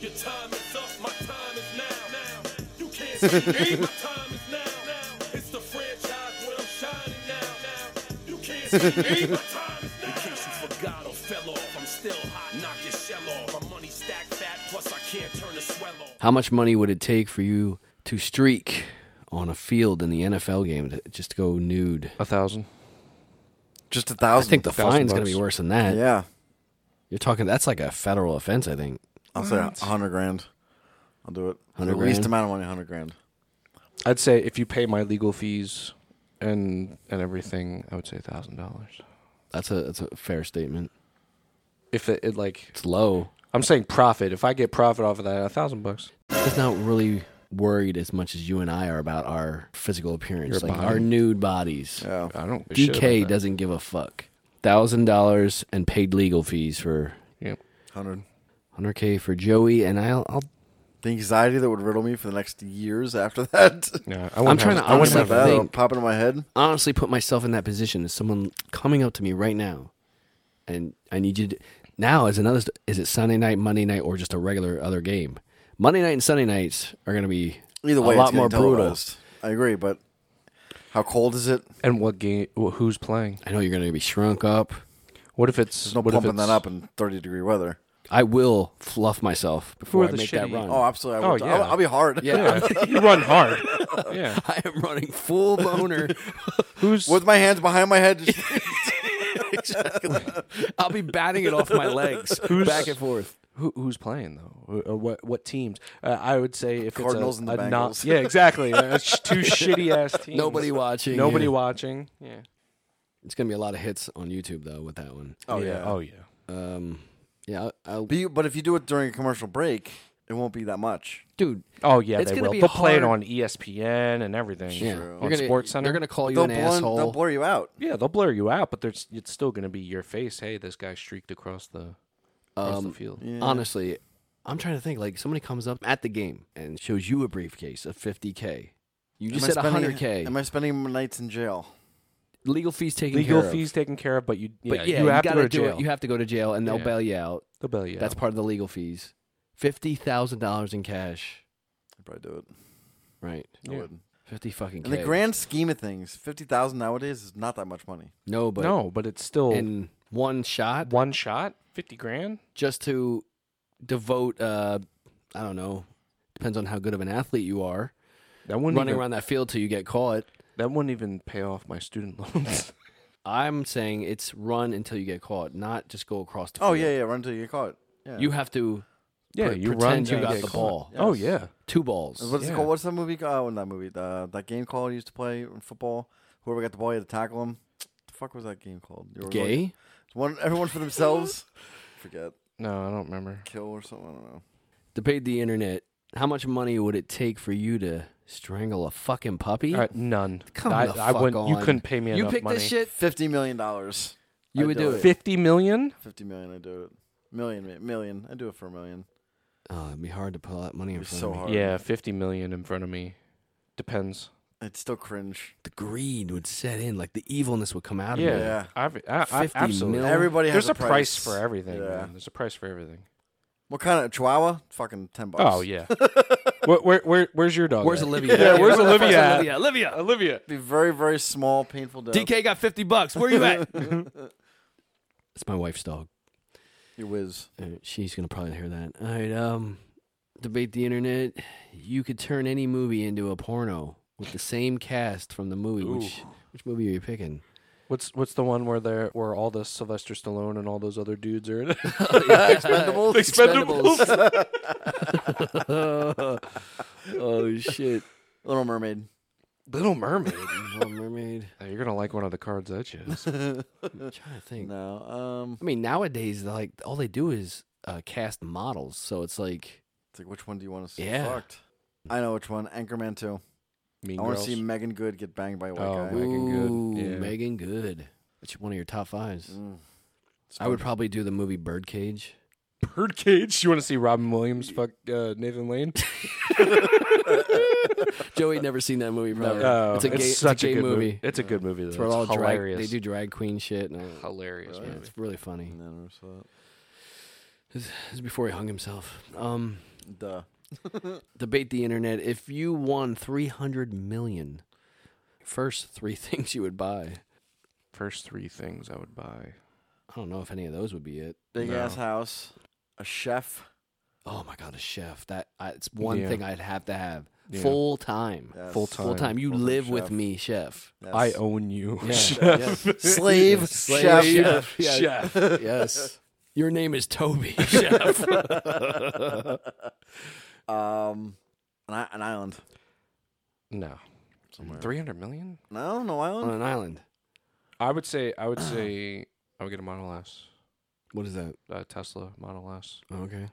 H: Your time is up, my time is now. now. You can't see me, my time is now. now. It's the franchise where I'm shining now. now. You can't see me, my time is now. In case you forgot or fell off, I'm still hot. Knock your shell off. My money stacked fat, plus I can't turn the swell off.
A: How much money would it take for you to streak on a field in the NFL game to just go nude?
C: A thousand.
E: Just a
A: I
E: thousand.
A: think the
C: Thousand
A: fine's going to
C: bucks.
A: be worse than that.
E: yeah,
A: You're talking that's like a federal offense, I think.
E: I'll say a hundred grand. I'll do it.
A: 100
E: the least
A: grand?
E: amount of money, hundred grand.
C: I'd say if you pay my legal fees and and everything, I would say thousand dollars.
A: That's a that's a fair statement.
C: If it, it like
A: It's low.
C: I'm saying profit. If I get profit off of that, a thousand bucks.
A: It's not really worried as much as you and I are about our physical appearance,
C: Your
A: like
C: body.
A: our nude bodies.
E: Yeah,
C: I don't. give a shit about
A: DK
C: that.
A: doesn't give a fuck. Thousand dollars and paid legal fees for
C: Yeah.
E: hundred.
A: 100k for Joey, and I'll. I'll
E: The anxiety that would riddle me for the next years after that.
C: Yeah, I wouldn't
A: trying
C: have-
A: to
C: I
E: [laughs]
C: wouldn't
A: honestly
E: Something like
C: have
E: that,
A: think-
E: it'll pop into my head.
A: honestly put myself in that position as someone coming up to me right now, and I need you to. Now is another. st- Is it Sunday night, Monday night, or just a regular other game? Monday night and Sunday nights are going to be
E: Either way,
A: a lot
E: it's
A: more
E: more
A: brutal.
E: brutalized. I agree, but how cold is it?
C: And what game? wh- Who's playing?
A: I know you're going to be shrunk up.
C: What if it's
E: There's no
C: what if
E: pumping
C: it's-
E: that up in 30 degree weather.
A: I will fluff myself before I
C: the
A: make that
C: shitty-
A: run.
E: Oh, absolutely. I
C: Oh,
E: will.
C: yeah.
E: I'll, I'll be hard. [laughs]
A: yeah,
C: [laughs] Yeah, [laughs] you run hard. Yeah,
A: [laughs] I am running full [laughs] boner.
C: who's
E: With my hands behind my head. just-
A: I'll be batting it off my
C: [laughs]
A: legs,
C: Who's-
A: back and forth.
C: who, who's playing though? Or what what teams? Uh, I would say if
E: Cardinals
C: it's
E: and
C: a,
E: the
C: a non-
E: Bengals.
C: yeah, exactly. Uh, sh- two shitty ass teams.
A: Nobody watching.
C: Nobody
A: yeah.
C: watching. Yeah.
A: It's gonna be a lot of hits on YouTube though with that one.
E: oh, yeah.
C: Oh yeah.
A: Um, yeah, I'll, I'll
E: But, you, but if you do it during a commercial break, it won't be that much.
A: dude.
C: Oh yeah.
A: It's
C: they
A: gonna
C: will.
A: be
C: They'll play it
A: hard-
C: on E ESPN and everything.
A: Yeah,
E: True.
A: you're
C: On
A: gonna-
C: Sports Center.
A: they're gonna call you
E: They'll
A: an
E: blur,
A: asshole.
E: they'll blur you out.
C: Yeah, they'll blur you out, but there's it's still gonna be your face. Hey, this guy streaked across the across
A: Um,
C: the field.
A: Honestly, I'm trying to think. Like somebody comes up at the game and shows you a briefcase of 50k. You just
E: Am I
A: said
E: spending-
C: [laughs]
A: 100k.
E: Am I spending my nights in jail?
A: legal fees taken
C: Legal
A: care of.
C: fees taken care of, but you yeah,
A: But yeah,
C: you,
A: you,
C: have to
A: gotta
C: go to
A: do
C: jail.
A: it. You have to go to jail, and they'll
C: Yeah.
A: bail you out.
C: they'll bail you
A: That's
C: out.
A: part of the legal fees. Fifty thousand dollars in cash.
E: I'd probably do it.
A: Right.
E: I
C: Yeah.
E: would.
A: Fifty fucking.
E: In
A: K.
E: the grand scheme of things, 50000 nowadays is not that much money.
A: No, but
C: no, but it's still
A: in one shot,
C: one shot, fifty grand.
A: just to devote. Uh, I don't know. Depends on how good of an athlete you are.
C: That wouldn't
A: Running
C: even,
A: around that field till you get caught.
C: That wouldn't even pay off my student [laughs] loans.
A: I'm saying it's run until you get caught, not just go across the.
E: Oh,
A: field.
E: yeah, yeah. Run until you get caught. Yeah.
A: You have to.
C: yeah,
A: Pre-
C: you run.
A: pretend you
C: till
A: got
C: get
A: the
C: caught.
A: ball.
C: Oh
E: Yes.
C: yeah.
A: Two balls.
E: What's
C: Yeah.
E: it called? What's that movie? called? Oh, not that movie. Uh, that game called I used to play in football. Whoever got the ball, you had to tackle him. the fuck was that game called? You were like-
A: Gay.
E: one, everyone for themselves. [laughs] Forget
C: No, I don't remember.
E: kill or something. I don't know.
A: Debate the internet. How much money would it take for you to strangle a fucking puppy?
C: Uh, none.
A: Come
C: I,
A: the
C: I
A: fuck
C: wouldn't. You
A: on.
C: couldn't pay me
A: You
C: enough
A: pick
C: money.
A: this shit.
E: Fifty million dollars.
A: You
E: I'd
A: would do
E: do it.
A: it.
C: Fifty million.
E: Fifty million. I do it. Million. mi- Million. I do it for a million.
A: Oh, it'd be hard to pull out money in
E: It'd be
A: front
E: so
A: of me.
E: hard.
C: Yeah, fifty million in front of me. Depends.
E: It's still cringe.
A: The greed would set in, like the evilness would come out
C: Yeah,
A: of me.
E: Yeah.
C: I've, I, I,
A: 50
C: absolutely.
A: mil.
E: Everybody has
C: There's
E: a
C: price.
E: price.
C: for everything.
E: Yeah.
C: man. There's a price for everything.
E: What kind of Chihuahua? Fucking ten bucks.
C: Oh yeah. [laughs] where, where, where, where's your dog?
A: Where's
C: at?
A: Olivia?
C: [laughs] Yeah,
A: Where
C: where's
A: the fuck's
C: Olivia? at?
A: Olivia? Olivia.
C: Olivia.
E: Be very very small, painful death.
A: DK got fifty bucks. Where you
C: [laughs]
A: at? it's my wife's dog.
E: You
C: [laughs]
E: whiz.
A: Uh, she's gonna probably hear that. All right. Um, debate the internet. You could turn any movie into a porno with the same cast from the movie. Which which movie are you
C: [laughs]
A: picking?
C: What's what's the one where there where all the Sylvester Stallone and all those other dudes are in [laughs] it?
E: Expendables.
C: [laughs]
A: Expendables. [laughs] oh shit!
E: Little Mermaid.
C: Little Mermaid.
A: Little
E: [laughs]
A: Mermaid.
C: Oh, You're gonna like one of the cards
A: [laughs]
C: I chose.
A: I'm trying to think.
E: No. Um.
A: I mean, nowadays, like all they do is uh, cast models, so it's like
E: It's like which one do you want to see?
A: Yeah.
E: Fucked. I know which one. Anchorman two.
C: Mean
E: I want to
C: Girls.
E: see Megan Good get banged by a white
C: Oh,
E: guy.
C: Megan Good,
A: ooh,
C: yeah. Mm.
E: Mm.
A: Megan Good. That's one of your top fives. I would probably do the movie Birdcage.
C: [laughs] Birdcage. You want to see Robin Williams fuck uh, Nathan Lane?
A: Joey never seen that
C: [laughs]
A: movie. Probably.
C: Oh,
A: it's a gay, it's
C: such
A: a gay
C: good
A: movie.
C: It's a good movie though.
A: It's where
C: It's
A: all drag,
C: hilarious.
A: they do drag queen shit. And uh,
C: hilarious
A: yeah,
C: movie.
A: it's really funny.
E: I never saw it.
A: This is before he hung himself. Um,
E: Duh.
A: debate the internet. If you won three hundred million, first three [laughs] things you would buy.
C: First three things I would buy.
A: I don't know if any of those would be it.
E: Big
C: No.
E: ass house, a chef.
A: Oh my god, a chef. That I, it's one
C: Yeah.
A: thing I'd have to have
C: Yeah.
A: full time.
E: Yes.
C: Full time.
A: Full time. You
E: Full-time
A: live with
E: chef.
A: me, chef.
E: Yes.
C: I own you.
A: Yeah.
C: [laughs] Chef.
E: slave,
A: Slave
E: chef.
A: chef. Yeah.
C: [laughs] Chef.
A: Yes. Your name is Toby, [laughs] chef.
E: [laughs] Um, an, i- an island.
C: No. Three hundred million?
E: No, no
A: On
E: island.
A: an island.
C: I would say I would say I would get a Model S.
A: What is that?
C: A Tesla Model S.
A: Okay.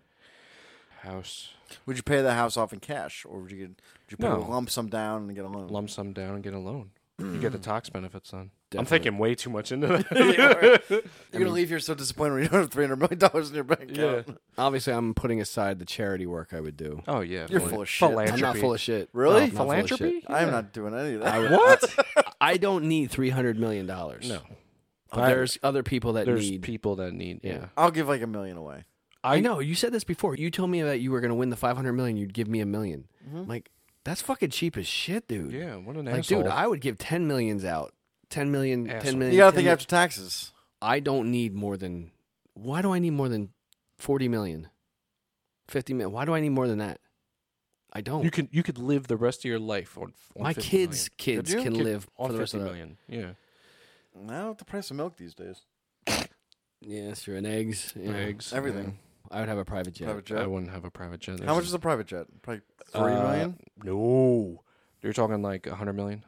C: House.
E: Would you pay the house off in cash, or would you get? Would you put
C: No.
E: a lump sum down and get a loan?
C: Lump sum down and get a loan. You get the tax benefits then. I'm
A: Definitely.
C: thinking way
A: [laughs]
C: too much into that. [laughs]
E: You're gonna leave here so disappointed when you don't have three hundred million dollars in your bank account.
A: Obviously, I'm putting aside the charity work I would do.
C: Oh yeah.
E: You're
C: philan-
E: full of shit. I'm
A: I'm
C: Philanthropy.
A: not full of shit.
E: Really?
A: No, I'm not full of shit.
C: Philanthropy?
E: I'm not doing any of that.
C: What?
A: I don't need three hundred million dollars.
C: No.
A: But there's other people that
C: There's
A: need.
C: people that need. Yeah.
E: I'll give like a million away.
A: I know you said this before. You told me that you were going to win the five hundred million. You'd give me a 1000000 I'm like that's fucking cheap as shit, dude.
C: Mm-hmm. Yeah. What an
A: Like,
C: asshole.
A: dude, I would give ten millions out. Ten million.
C: Asshole.
A: Ten million.
E: You gotta
A: 10
E: think
A: million.
E: after taxes.
A: I don't need more than. Why do I need more than forty million? Fifty million. Why do I need more than that? I don't.
C: you can you could live the rest of your life on. on
A: My
C: 50
A: kids'
C: million.
A: kids
C: Could you?
A: can
C: Kid-
A: live
C: on
A: for the rest
C: 50
A: of their-
C: million. Yeah.
E: Now the price of milk these days.
A: Yeah, sure. And eggs. yeah.
C: Eggs.
E: Everything.
A: I would have a private jet.
E: Private
C: yeah. I
E: jet.
C: wouldn't have a private jet.
E: How much
C: There's-
E: is a private jet? Probably three
C: Uh,
E: million.
C: No. You're talking like a hundred million.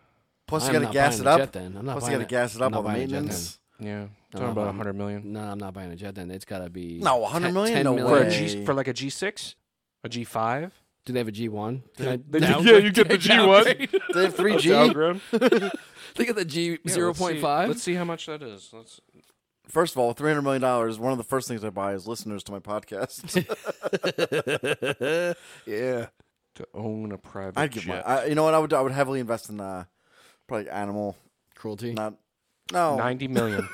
E: Plus
A: I'm
E: you gotta
A: not
E: gas
A: buying
E: it
A: a
E: up.
A: jet then. I'm not
E: Plus you
A: buying a-
E: gotta
A: [laughs]
E: gas it
A: I'm
E: up
A: not
E: all the
A: buying a jet then.
E: maintenance.
C: Yeah.
A: I'm
C: Talking about a
A: buying-
C: hundred million.
A: No, I'm not buying a jet then. It's got to be.
E: No, 100
A: ten-
E: million?
A: 10
E: No
C: For
A: million.
C: a
E: Way.
C: G for like a G six, a G five.
A: Do they have a G1? Can I [laughs]
C: yeah, you get the G one. [laughs]
E: They have [laughs] three G.
A: Look at the G zero
C: Zero
A: point five.
C: Let's see how much that is. Let's
E: First of all, three hundred million dollars. One of the first things I buy is listeners to
A: [laughs]
E: my podcast. [laughs]
A: yeah.
C: to own a private
E: I'd give my.
C: jet.
E: I, you know what? I would. do? I would heavily invest in uh, probably animal.
A: Cruelty.
E: Not. No. [laughs]
C: Ninety million.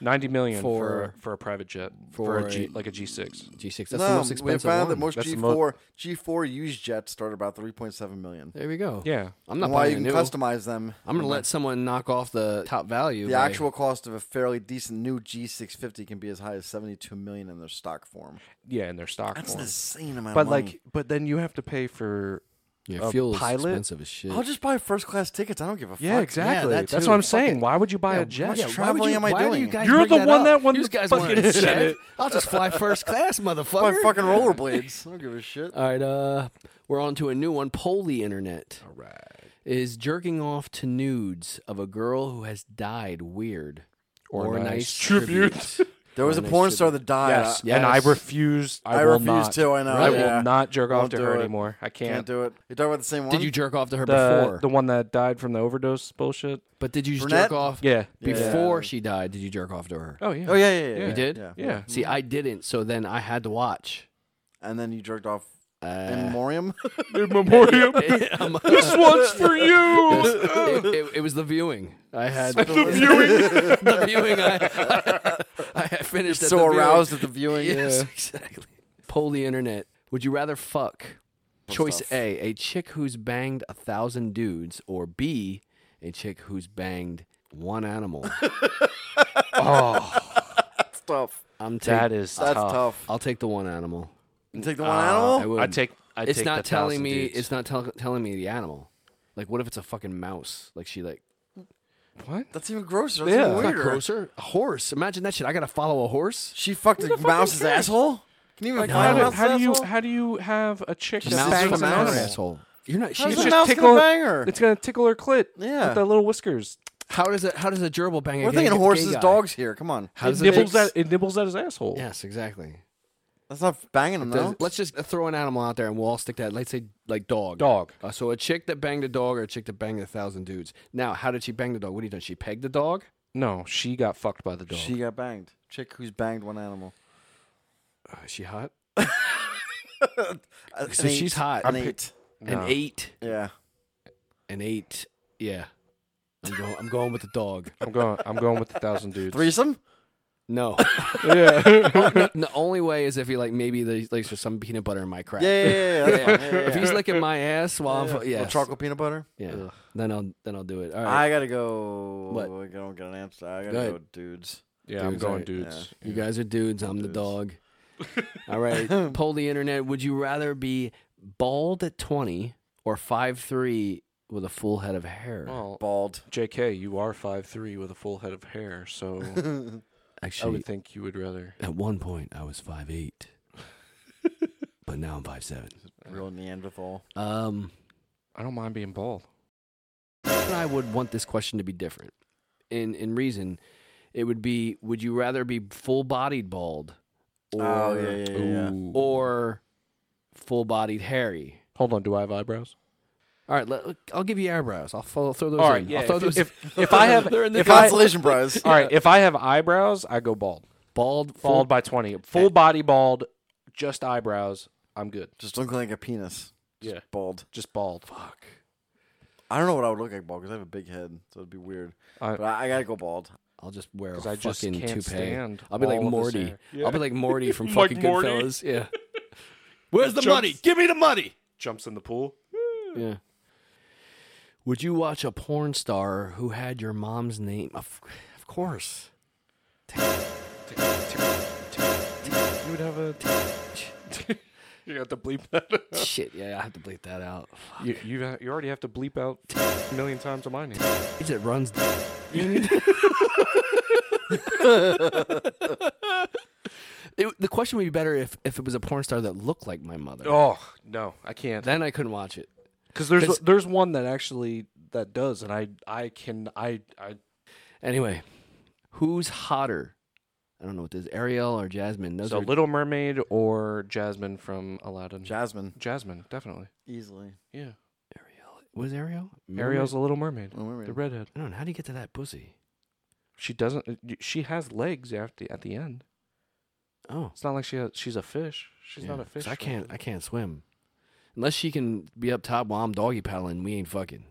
C: Ninety million for
A: For-
C: for a private jet for,
A: for
C: a G
A: a-
C: like a G six.
A: G6. That's
E: no,
A: the most
E: we
A: expensive
E: found
A: one.
E: that most
C: That's
E: G
C: the mo-
E: four G four used jets start about three point seven million.
A: there we go.
C: Yeah,
A: I'm not
E: Why
A: buying
E: you
A: a
E: can
A: new.
E: customize them?
A: I'm going to let someone knock off the top value.
E: The
A: by-
E: actual cost of a fairly decent new G six fifty can be as high as seventy two million in their stock form.
C: yeah, in their stock.
E: That's an
C: form.
E: insane amount.
C: But
E: of money.
C: like, but then you have to pay for.
A: yeah,
C: a
A: fuel is
C: pilot-
A: expensive as shit.
E: uh, I'll just buy first class tickets. I don't give a
C: Yeah,
E: fuck.
C: exactly.
A: that
C: That's
A: too.
C: what I'm
A: Fuck
C: saying.
A: it.
C: Why would you buy a
A: why-
C: jet?
E: yeah,
A: why would
E: traveling
A: you-
E: am I
A: why do
E: doing?
A: you guys
C: You're
A: bring
C: the one
A: up?
C: that one
A: You
C: that
A: guys
C: fucking
A: wanted a
C: said
A: jet.
C: it.
A: I'll just fly first
E: [laughs]
A: class,
E: Buy
A: motherfucker.
E: fucking rollerblades. I don't give a shit.
A: All right, uh, we're on to a new one. Poll the internet. All right. Is jerking off to nudes of a girl who has died weird
C: Or
A: a
C: nice
A: tribute?
C: [laughs]
E: There was a
A: Or nice
E: porn star
A: tribute.
E: that died. Uh,
C: Yes,
E: I-
A: Yes.
C: and I refuse. I,
E: I
C: will
E: refuse
C: not.
E: to, I know,
C: I
E: yeah.
C: will not jerk off
E: Won't
C: to
E: do
C: her
E: it.
C: anymore. I can't.
E: Can't do it. You talking about the same one?
A: Did you jerk off to her
C: the
A: before?
C: the one that died from the overdose bullshit.
A: but did you just
E: Brunette?
A: jerk off
C: Yeah.
A: before she died? Did you jerk off to her?
C: Oh yeah.
E: Oh yeah, yeah, yeah. yeah.
A: You did?
E: Yeah.
C: Yeah.
A: See, I didn't, so then I had to watch.
E: And then you jerked off in
A: Uh,
E: memoriam.
C: In [laughs] memoriam.
A: I'm-
C: this one's for you.
A: [laughs] it, it- it was the viewing. I had [laughs]
C: [laughs] the viewing.
A: the viewing. I, [laughs] I, I finished at
E: so
A: the viewing.
E: aroused [laughs] at the viewing.
A: Yes,
E: Yeah.
A: exactly. Poll the internet. Would you rather fuck? Choice A, a chick who's banged a thousand dudes, or B, a chick who's banged one
C: [laughs]
A: animal.
E: That's tough.
A: I'm taking.
C: That is
E: That's
C: tough.
E: tough.
A: I'll take the one animal.
E: You take the one animal.
A: I would.
C: I take. I
A: it's
C: take
A: not
C: the
A: telling
C: thousand
A: me.
C: dudes.
A: It's not tell, telling me the animal. Like, what if it's a fucking mouse? Like she like.
C: what.
E: That's even grosser. That's
C: Yeah.
E: even
C: It's
A: Not
E: weirder.
A: grosser. A horse. Imagine that shit. I gotta follow a horse.
E: She fucked a mouse's asshole. Can you even
C: How
E: find a
C: do,
E: mouse's
C: how do you
E: asshole?
C: how do you have a chick
A: The
C: that
A: mouse
E: bang
A: from
C: bangs
E: the
C: an
A: an
E: mouse.
C: animal?
A: asshole. You're not.
E: How's
A: She's
E: a
A: just,
E: mouse gonna
C: tickle-
E: bang her?
C: It's gonna tickle her clit.
E: Yeah.
C: with that little whiskers.
A: how does it? How does a gerbil bang?
E: We're
A: a gay,
E: thinking
A: gay
E: horses,
A: guy?
E: dogs here. Come on.
A: How does
C: it
A: it?
C: nibbles at it nibbles at his asshole.
A: Yes, exactly.
E: That's not banging them
A: Does-
E: though.
A: Let's just throw an animal out there and we'll all stick that. Let's say like dog.
C: Dog.
A: Uh, so a chick that banged a dog or a chick that banged a thousand dudes. Now, how did she bang the dog? What do you done? She pegged the dog.
C: No, she got fucked by the dog.
E: She got banged. Chick who's banged one animal.
C: Uh, is she hot?
E: Uh, An
A: So she's hot.
E: An
A: I'm pi-
E: eight.
C: No.
A: An eight.
E: Yeah.
A: An eight. Yeah. I'm going, I'm going with the dog.
C: I'm going. I'm going with
A: [laughs]
C: the thousand dudes.
E: Threesome? [laughs]
A: No. yeah. [laughs] the only way is if he like maybe there's like there's some peanut butter in my crack.
E: Yeah,
A: [laughs]
E: yeah, yeah. yeah, that's fine. yeah,
A: If
E: yeah,
A: he's licking my ass while I'm
E: yeah.
A: yeah,
E: Little chocolate peanut butter?
A: yeah,
C: Ugh.
A: then I'll then I'll do it. All right,
E: I gotta go.
A: What?
E: I don't get an answer. I
A: Go
E: gotta go,
A: ahead.
E: dudes.
C: yeah, I'm
A: Dudes,
C: going
A: right,
C: dudes.
A: you guys are dudes. I'm the
E: Dudes. [laughs]
A: dog. All right, poll the internet. Would you rather be bald at 20 or five three with a full head of hair?
C: Well,
E: Bald.
C: J.K., you are five three with a full head of hair,
E: Oh. [laughs]
C: [laughs] so I
A: Actually,
C: would think you would rather.
A: at one point I was five
C: [laughs]
A: eight, but now I'm five seven.
E: Real Neanderthal.
A: Um.
C: I don't mind being bald.
A: and I would want this question to be different. In in reason, it would be: Would you rather be full bodied bald, or
E: Oh, yeah, yeah, yeah, yeah.
C: Ooh.
A: or full bodied hairy?
C: Hold on, do I have eyebrows?
A: All right, let, I'll give you eyebrows. I'll throw, throw those
C: All right,
A: in.
C: yeah.
A: I'll throw
C: If,
A: those
C: [laughs] if, if I have,
A: They're in the
C: if I, all
E: Consolation
C: [laughs]
E: prize.
C: right, if I have eyebrows, I go bald.
A: bald, full-
C: Bald by twenty, full body bald, just eyebrows. I'm good.
E: Just look like a penis. Just
C: Yeah.
E: Bald.
C: Just bald. Fuck.
E: I don't know what I would look like bald because I have a big head, so it'd be weird.
C: I-
E: but I, I gotta go bald.
A: I'll just wear a
C: 'Cause I just
A: fucking
C: can't
A: toupee.
C: stand
A: I'll be like
C: all of this
A: Morty.
C: hair.
A: I'll be like Morty from
C: [laughs] Like
A: fucking
C: Morty.
A: Goodfellas.
C: [laughs]
A: Yeah. Where's the
C: Jumps.
A: money? Give me the money.
C: Jumps in the pool.
A: Yeah. Would you watch a porn star who had your mom's name? Of, of course.
C: You would have a. [laughs] you have to bleep that.
A: Shit, yeah, I have to bleep that out.
C: You you, ha- you already have to bleep out a million times on my name.
A: It runs. [laughs] It- the question would be better if, if it was a porn star that looked like my mother.
C: Oh no, I can't.
A: Then I couldn't watch it.
C: Because there's
A: 'Cause-
C: there's one that actually that does, and I I can I I
A: Anyway, who's hotter? I don't know what this Ariel or Jasmine. Those
C: so
A: are
C: Little Mermaid or Jasmine from Aladdin.
E: Jasmine.
C: Jasmine, definitely.
E: Easily.
C: Yeah,
A: was Ariel.
C: Ariel's a Little Mermaid,
E: Little Mermaid.
C: the redhead.
A: I don't know. How do you get to that pussy?
C: She doesn't. uh, She has legs after at the end.
A: Oh,
C: It's not like she has, she's a fish. She's
A: yeah.
C: not a
A: 'Cause
C: fish.
A: I can't. I can't swim unless she can be up top while I'm doggy paddling. We ain't fucking.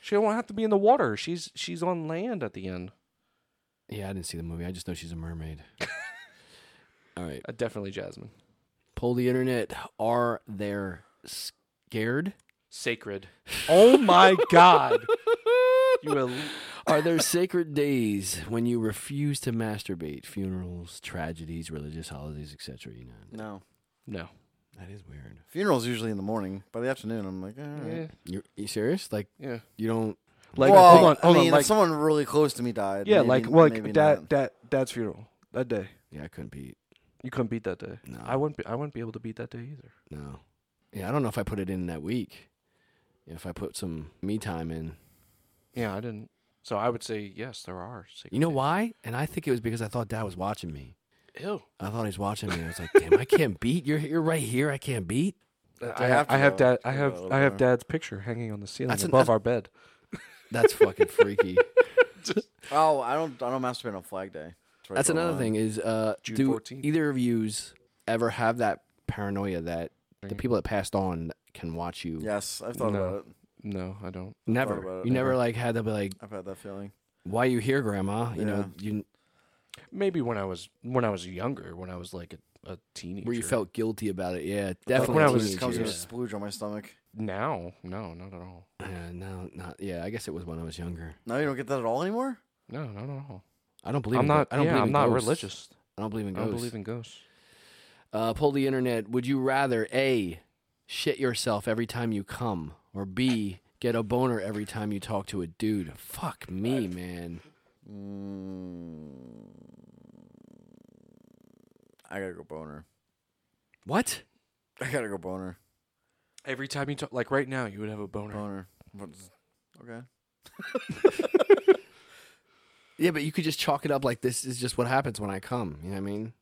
C: She won't have to be in the water. She's she's on land at the end.
A: Yeah, I didn't see the movie. I just know she's a
C: [laughs]
A: mermaid. All right.
C: Uh, definitely Jasmine.
A: Poll the internet. Are there scared?
C: Sacred. Oh my God. [laughs] You el-
A: Are
C: [laughs]
A: there sacred days when you refuse to masturbate? Funerals, tragedies, religious holidays, etc. You know,
E: No.
C: no.
A: that is weird.
E: Funeral's usually in the morning. By the afternoon, I'm like, all right.
C: Yeah.
A: You're, you serious? Like
C: Yeah.
A: you don't?
C: Like
E: well,
C: hold on, hold
E: I
C: on.
E: mean,
C: like
E: if someone really close to me died.
C: yeah,
E: maybe-
C: like well,
E: maybe
C: like dad,
E: not.
C: dad, dad's funeral that day.
A: Yeah, I couldn't be.
C: You couldn't beat that day.
A: No.
C: I wouldn't. Be, I wouldn't be able to beat that day either.
A: No. Yeah, I don't know if I put it in that week. If I put some me time in,
C: Yeah, I didn't. So I would say yes, there are. Sacred
A: you know
C: days.
A: why? And I think it was because I thought Dad was watching me.
C: Ew.
A: I thought he was watching me. I was like, [laughs] damn, I can't beat. You're you're right here. I can't beat.
C: Uh, I
E: have
C: have.
E: to
C: I have
E: go.
C: dad. I uh,
E: Yeah,
C: have.
E: over
C: I have
E: there.
C: dad's picture hanging on the ceiling
A: That's an-
C: above
A: that's-
C: our bed.
A: That's fucking
C: [laughs]
A: freaky.
E: Oh, I don't. I don't masturbate on Flag Day. right
A: That's
E: down the
A: another
E: line.
A: thing is uh,
C: June
A: do
C: 14th.
A: either of yous ever have that paranoia that the people that passed on can watch you?
E: Yes, I've thought
C: No.
E: about it.
C: No, I don't.
A: Never.
E: Thought about it.
A: you never like had to be like,
E: I've had that feeling.
A: why you here, grandma? You know, you
C: Maybe when I was when I was younger, when I was like a, a teenager.
A: where you felt guilty about it. Yeah, definitely.
C: when I
E: It
C: was-
E: just comes
A: teenager.
E: with a splooge on my stomach.
C: now? No, not at all.
A: Yeah, no, not yeah. I guess it was when I was younger.
E: No, you don't get that at all anymore.
C: No, not at all.
A: I don't believe.
C: I'm
A: in
C: not.
A: gho- I don't
C: yeah,
A: believe
C: I'm
A: in
C: not
A: ghosts.
C: religious.
A: I don't believe in
C: I
A: ghosts.
C: don't believe in ghosts.
A: uh, poll the internet. Would you rather a shit yourself every time you come, or b get a boner every time you talk to a dude? Fuck me, man.
E: Mm. I gotta go boner.
A: What?
E: I gotta go boner.
C: Every time you talk, like right now, you would have a boner.
E: Boner. What's- Okay.
A: Yeah, but you could just chalk it up like this is just what happens when I come. You know what I mean?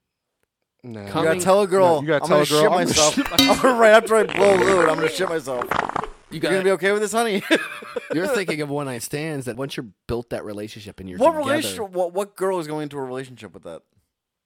C: No.
E: You
A: Coming-
E: gotta tell a girl.
C: No, you gotta
E: I'm
C: tell
E: gonna [laughs]
C: a girl,
E: shit
C: "I'm gonna
E: myself. right after I blow load, I'm gonna shit myself.
A: You
E: You're
A: got
E: gonna be okay with
A: [laughs]
E: this, honey.
C: [laughs]
A: You're thinking of one night stands that once you're built that relationship and you're
E: what
A: together,
E: relationship? What, what girl is going into a relationship with that?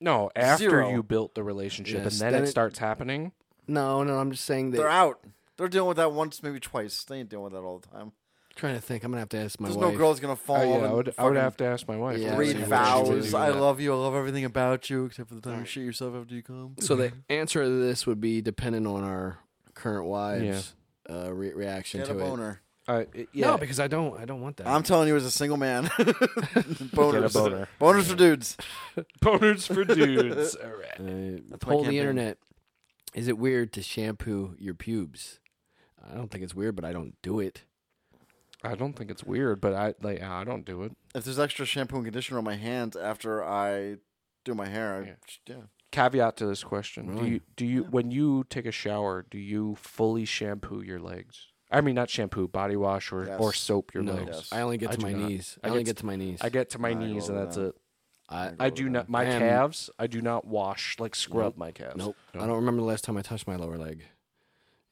C: No, after
E: Zero.
C: you built the relationship
A: Yes,
C: and then,
A: then
C: it,
A: it-
C: starts happening.
A: No, no, I'm just saying that.
E: They're out. They're dealing with that once, maybe twice. They ain't dealing with that all the time.
A: trying to think. I'm gonna have to ask my
E: There's
A: wife.
E: no girl's gonna fall.
C: Oh, yeah,
E: and
C: I would, I
E: fucking
C: would have to ask my wife.
A: Yeah,
C: I would
E: read
C: see what
A: vows.
C: she would
E: vows.
C: do
E: I
C: with
E: love you. I love everything about you, except for the time you shit yourself after you come.
A: So the answer to this would be dependent on our current wives' uh, re- reaction
E: Get
A: to
E: a boner.
C: that. Uh, it- yeah,
A: No, because I don't. I don't want that.
E: I'm telling you, as a single man, [laughs] boners,
C: boner.
E: boners for dudes.
C: boners
E: [laughs]
C: for dudes. All right.
A: uh,
E: my
A: poll the
E: campaign.
A: internet. Is it weird to shampoo your pubes? I don't think it's weird, but I don't do it.
C: I don't think it's weird, but I like I don't do it.
E: If there's extra shampoo and conditioner on my hands after I do my hair, I,
C: Yeah.
E: yeah.
C: Caveat to this question: Do you do you when you take a shower, do you fully shampoo your legs? I mean, not shampoo, body wash, or, or
E: Yes.
C: soap your
A: No,
C: legs.
A: I only get
C: I
A: to
C: do
A: my
C: not.
A: knees.
C: I
A: I, only
C: get-
A: get to my knees.
C: I get to my
E: I go
C: knees and
E: over
C: that's
E: that.
C: it.
A: I,
C: I do not my
A: I am-
C: calves. I do not wash like scrub
A: Nope.
C: my calves.
A: Nope.
C: No.
A: I don't remember the last time I touched my lower leg.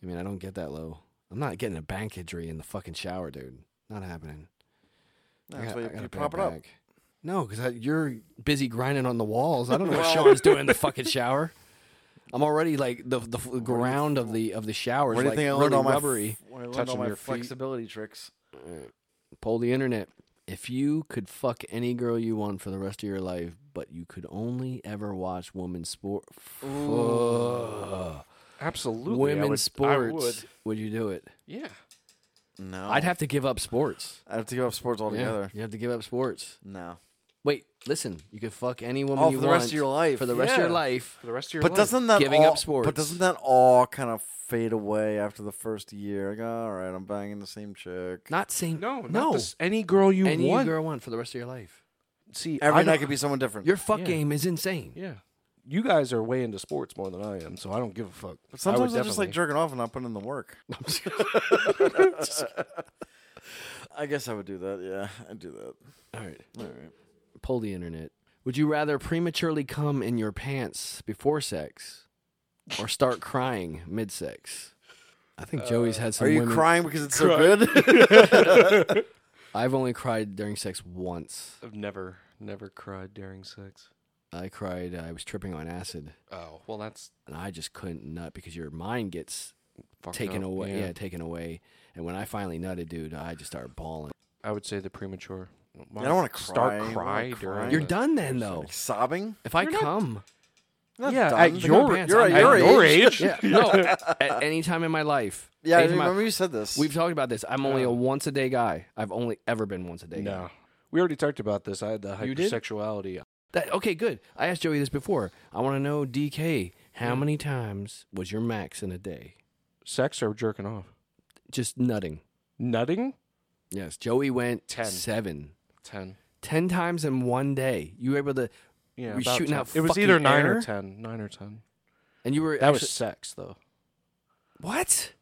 A: I mean, I don't get that low. I'm not getting a back injury in the fucking shower, dude. Not happening. I
E: That's
A: got-
E: why
A: I
E: you,
A: gotta
E: you
A: pay
E: prop it up.
A: back. No, because you're busy grinding on the walls. I don't know what Sean's doing in
E: [laughs]
A: the fucking shower. I'm already like the the f- ground of the of the shower
E: What
A: is
E: do you
A: like
E: think I learned
A: really
E: all my,
A: rubbery.
E: f- when I learned all
C: touching
E: my
C: your feet.
E: flexibility tricks?
A: Poll the internet. If you could fuck any girl you want for the rest of your life, but you could only ever watch women's sport,
C: Absolutely. I
A: women's
C: would- I
A: sports,
C: would.
A: would you do it?
C: Yeah.
E: No,
A: I'd have to give up sports.
E: I have to give up sports
A: Yeah,
E: altogether.
A: you have to give up sports.
E: No,
A: Wait, listen. You could fuck any woman
E: Oh,
A: you
E: for the
A: want
E: rest of your life.
A: For the rest of your
C: Yeah.
A: life.
C: For the rest of your
E: but
C: life.
E: doesn't that
A: Giving
E: all,
A: up sports.
E: But doesn't that all kind of fade away after the first year? Like, all right, I'm banging the same chick.
A: Not saying
C: no, not
A: no.
C: this- any girl you
A: any
C: want.
A: girl want for the rest of your life.
C: See,
E: Every
C: I
E: night
C: don't-
E: could be someone different.
A: Your fuck
C: Yeah.
A: game is insane.
C: Yeah. You guys are way into sports more than I am, so I don't give a fuck.
E: but sometimes I'm just like jerking off and not putting in the [laughs] work. I guess I would do that. Yeah, I'd do that.
A: All right. All right. Pull the internet. Would you rather prematurely come in your pants before sex or start [laughs] crying mid sex? I think Joey's had some
E: Are you
A: women.
E: crying because it's so good? [laughs]
A: I've only cried during sex once.
C: I've never, never cried during sex.
A: I cried, I was tripping on acid,
C: Oh, well, that's
A: and I just couldn't nut because your mind gets
C: fucked
A: taken
C: up.
A: away. Yeah. taken away. And when I finally nutted, dude, I just started bawling.
C: I would say the premature.
E: I don't wanna cry. I
C: Start
E: don't
C: cry
E: wanna
C: during.
E: cry.
A: You're
C: the-
A: done then, though.
E: like sobbing?
A: If I come,
E: Oh. Not
C: Yeah,
E: done.
C: at
E: Like,
C: your-
E: you're at
A: I'm
E: your
A: at
E: age.
C: your age.
A: yeah,
C: [laughs]
A: no, [laughs]
E: [laughs]
A: at any time in my life.
E: Yeah, I
A: Any time I-
E: remember you said this.
A: We've talked about this. I'm only a once a day guy. I've only ever been once a day. guy.
C: No, we already talked about this. I had the
A: You did?
C: hypersexuality.
A: That, okay, good. I asked Joey this before. I want to know, DK,
C: Mm.
A: how many times was your max in a day?
C: Sex or jerking off?
A: Just nutting.
C: Nutting?
A: Yes. Joey went
C: Ten.
A: seven.
C: Ten. Ten.
A: Ten times in one day. You were able to,
C: Yeah,
A: Were you
C: about
A: shooting
C: 10.
A: out
C: It was
A: fucking
C: either nine
A: air?
C: or ten. Nine or ten.
A: and you were.
C: That was
A: actually-
C: sex, though.
A: What?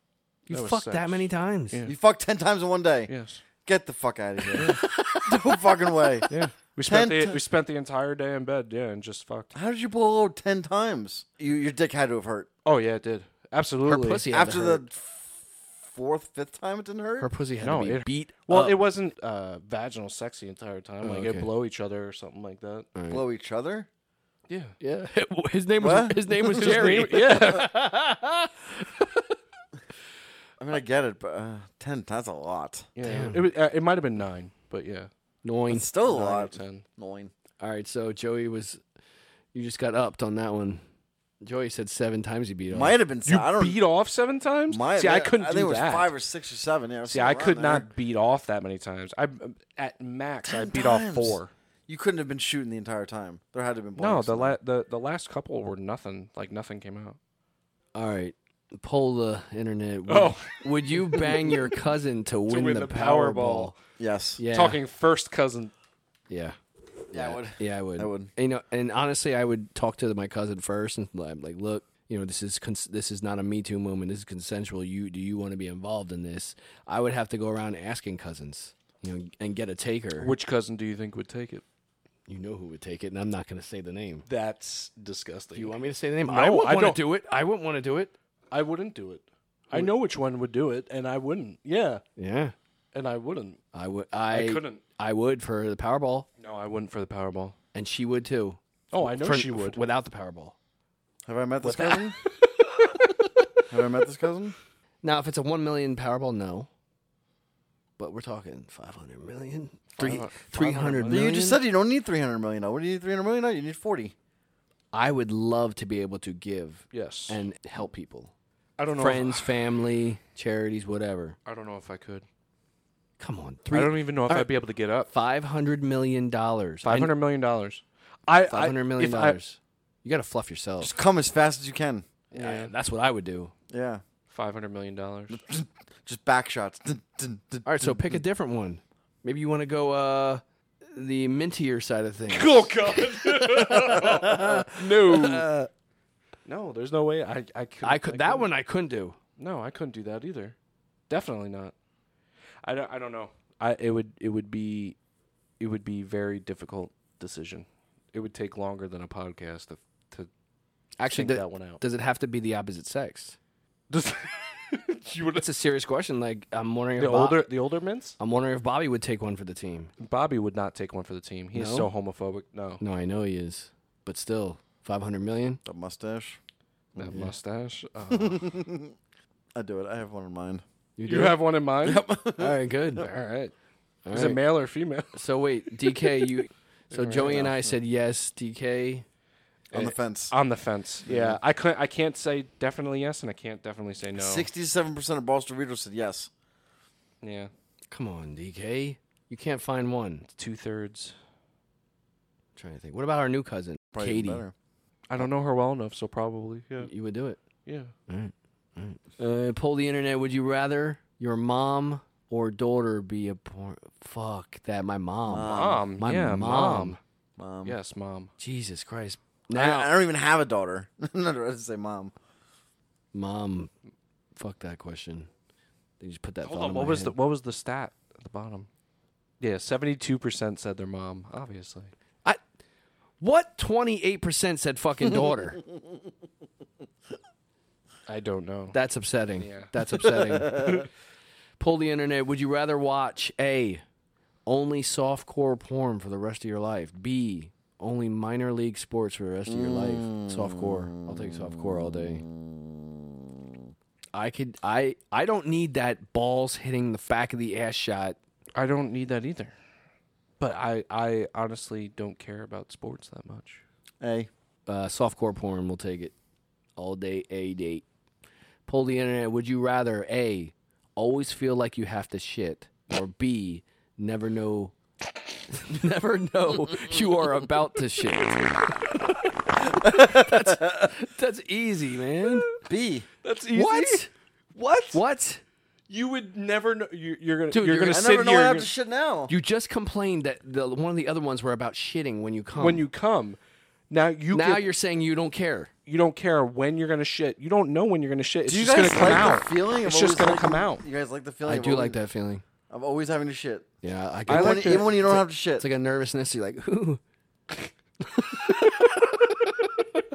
A: You
C: That was
A: fucked that
C: sex.
A: many times.
C: Yeah.
E: you fucked ten times in one day.
C: Yes.
E: Get the fuck out of here. [laughs] no fucking way.
C: Yeah. We spent
E: Ten
C: the
E: ti-
C: we spent the entire day in bed. Yeah, and just fucked.
E: How did you blow a load ten times? You, your dick had to have hurt.
C: Oh yeah, it did.
A: Her
C: Absolutely.
A: pussy had to
E: After the
A: hurt.
E: f- fourth, fifth time, it didn't hurt.
A: her pussy had
C: No,
A: to be
C: it-
A: beat.
C: Well,
A: up. Oh,
C: it wasn't uh, vaginal sex the entire time. like
A: okay.
C: it blow each other or something like that.
E: Blow each other.
C: Yeah.
A: [laughs] Yeah, his name was
E: What?
A: his name
E: [laughs]
A: was Jerry. [laughs]
C: yeah.
E: I mean, I get it, but uh, ten—that's a lot.
C: yeah. It was, uh, it might have been nine, but yeah,
A: Annoying.
E: It's still a
C: nine or
E: lot.
C: ten.
E: Nine.
A: All right, so Joey was. You just got upped on that one. Joey said seven times he beat off.
E: Might have been.
C: You
E: I don't.
C: beat off seven times.
E: might-
C: See, I couldn't
E: I think
C: do
E: it was
C: that.
E: five or six or seven. Yeah.
C: See, I could not beat off that many times. I um, at max, I
E: Ten
C: beat off
E: times.
C: four.
E: You couldn't have been shooting the entire time. There had to have been.
C: No,
E: blanks
C: the
E: in there.
C: la- the the last couple were nothing. Like nothing came out.
A: All right, poll the internet. Would,
C: Oh.
A: would you bang your cousin
C: [laughs]
A: to win,
C: win
A: the,
C: the
A: Powerball?
C: Powerball.
E: Yes.
A: Yeah,
C: Talking first cousin.
A: Yeah,
E: Yeah. I would.
A: yeah, I would.
E: I would.
A: And, you know, and honestly, I would talk to my cousin first, and I'm like, look, you know, this is cons- this is not a Me Too moment. This is consensual. You do you want to be involved in this? I would have to go around asking cousins, you know, and get a taker.
C: Which cousin do you think would take it?
A: you know who would take it, and I'm not going to say the name.
C: That's disgusting.
A: Do you want me to say the name?
C: No,
A: I wouldn't
C: I
A: want
C: don't.
A: to do it. I wouldn't want to do it.
C: I wouldn't do it. I know which one would do it, and I wouldn't. Yeah,
A: Yeah.
C: and I wouldn't.
A: I would. I,
C: couldn't.
A: I would for the Powerball,
C: No, I wouldn't for the Powerball.
A: and she would too.
C: Oh, I know
A: For-
C: she would.
A: without the Powerball.
E: Have I met this [laughs] cousin? Have I met this cousin?
A: Now, if it's a one million Powerball, no. But we're talking 500 million, three,
C: Five-
A: 300
E: But
A: million.
E: You just said you don't need three hundred million. What do you need three hundred million? You need forty.
A: I would love to be able to give
C: Yes.
A: and help people,
C: I don't know.
A: friends, family, charities, whatever.
C: I don't know if I could.
A: Come on, three,
C: I don't even know if
A: All right.
C: I'd be able to get up.
A: 500 million dollars.
C: Five hundred million dollars. I
A: Five hundred million
C: dollars.
A: dollars. You got to fluff yourself.
E: Just come as fast as you can.
A: Yeah, that's what I would do.
E: Yeah.
C: Five hundred million [laughs] dollars.
E: Just back shots. [laughs] Dun, dun, dun.
A: All right, so pick a different one. Maybe you want to go uh the mintier side of things.
C: Oh God! [laughs]
A: [laughs]
C: no. No, there's no way I I could
A: I could that one I couldn't do.
C: No, I couldn't do that either. Definitely not. I don't. I don't know. I it would it would be it would be very difficult decision. It would take longer than a podcast to to
A: Actually,
C: think
A: th-
C: that one out.
A: does it have to be the opposite sex?
C: [laughs] you would
A: That's a serious question. Like I'm wondering
C: the
A: if Bob-
C: older the older mints.
A: I'm wondering if Bobby would take one for the team.
C: Bobby would not take one for the team. He is
A: No?
C: so homophobic. No,
A: No, I know he is, but still, five hundred million.
C: [laughs]
E: The [laughs] mustache.
C: that [laughs] mustache. Uh,
E: I do it. I have one in mind.
C: you have one in [laughs] mind.
A: All right, good. All
C: All right. Is
A: right.
C: it male or female?
A: so wait, DK, you. So Joey and I said yes. DK,
E: On the fence.
C: [laughs] On the fence. Yeah, I can't. I can't say definitely yes, and I can't definitely say no.
E: Sixty-seven percent of Boston readers said yes.
C: Yeah,
A: come on, DK, you can't find one.
C: two thirds.
A: trying to think. What about our new cousin,
E: Probably even
A: Katie?
E: better.
C: I don't know her well enough, so probably. Yeah.
A: You would do it.
C: Yeah.
A: Uh, pull the internet. Would you rather your mom or daughter be a porn? Fuck that. My mom.
E: Um,
C: Mom.
A: My
C: yeah,
A: mom.
E: Oh, Mom.
C: Yes, mom.
A: Jesus Christ.
E: I-
A: Now,
E: I, don't even have a daughter. [laughs] I'm not ready to say mom.
A: mom. Fuck that question. They just put that.
C: Hold
A: thought
C: on.
A: in
C: What
A: my
C: was the
A: head.
C: what was the stat at the bottom? Yeah, seventy-two percent said their mom. Obviously,
A: I, what? Twenty eight percent said fucking
C: [laughs]
A: daughter.
C: I don't know.
A: That's upsetting. That's upsetting.
C: [laughs]
A: Pull the internet. Would you rather watch a only softcore porn for the rest of your life? B only minor league sports for the rest of your life.
E: Mm.
A: Softcore. I'll take softcore all day. I could. I. I don't need that balls hitting the back of the ass shot.
C: I don't need that either. But I, I honestly don't care about sports that much.
E: Hey.
A: Uh, softcore porn. We'll take it all day. A date. Pull the internet. Would you rather a always feel like you have to shit or b never know [laughs] never know you are about to shit? that's, that's easy, man.
E: B.
C: That's [laughs] easy.
A: What?
C: What?
A: What?
C: You would never know. You're, you're gonna.
A: Dude,
C: you're,
A: you're
C: gonna,
A: gonna-
E: I
C: sit
E: never know
C: here
E: I
C: and
E: have
C: you're-
E: to shit now.
A: You just complained that the one of the other ones were about shitting when you come.
C: when you come. Now you
A: now
C: can-
A: you're saying you don't care.
C: you don't care when you're gonna shit. You don't know when you're gonna shit. It's
E: do you
C: just
E: guys
C: gonna
E: like
C: come out.
E: the feeling? of
C: It's just
E: always
C: gonna
E: like-
C: come out.
E: You guys like the feeling?
A: I
E: of
A: do like
E: always-
A: that feeling.
E: Of always having to shit.
A: Yeah, I, get
E: Even,
A: that.
E: when, even when you don't have to shit.
A: It's like a nervousness. You're like, [laughs] ooh.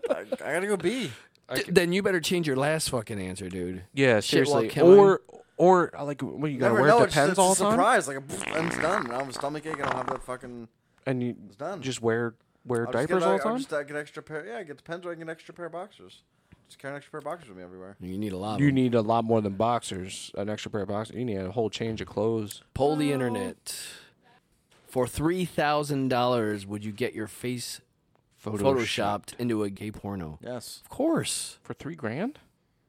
E: I gotta go B.
A: D- then you better change your last fucking answer, dude.
C: Yeah,
A: Shit while
C: seriously.
A: killing.
C: Or or uh, like what you gotta
E: Never
C: wear
E: know. it's,
C: depends
E: it's
C: all
E: a
C: the time.
E: surprise. Like a, and it's done. I have a stomach ache. I don't have that fucking.
C: And you
E: done.
C: just wear wear
E: I'll just
C: diapers
E: get,
C: all
E: I'll
C: the time.
E: Just, I get extra pair. Yeah, I get depends. Or I get an extra pair of boxers. Just carry an extra pair of boxers with me everywhere.
A: You need a lot.
C: You need a lot more than boxers. An extra pair of boxers. You need a whole change of clothes.
A: Poll the internet. For three thousand dollars, would you get your face photoshopped into a gay porno?
E: Yes.
A: Of course.
C: for three grand.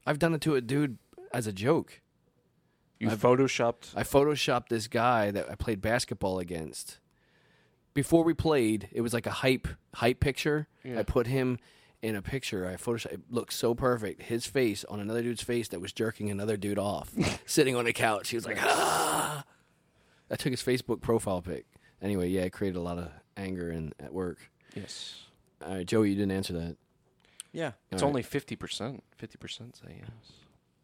A: I've done it to a dude as a joke.
C: You photoshopped.
A: I photoshopped this guy that I played basketball against. Before we played, it was like a hype hype picture. I put him in a picture. I photoshopped. It looked so perfect. His face on another dude's face that was jerking another dude off, sitting on a couch. He was like, ah. I took his Facebook profile pic. Anyway, yeah, it created a lot of anger and at work.
C: Yes.
A: All right, Joey, you didn't answer that.
E: Yeah.
C: It's
A: All right.
C: only fifty percent. Fifty uh, percent say yes.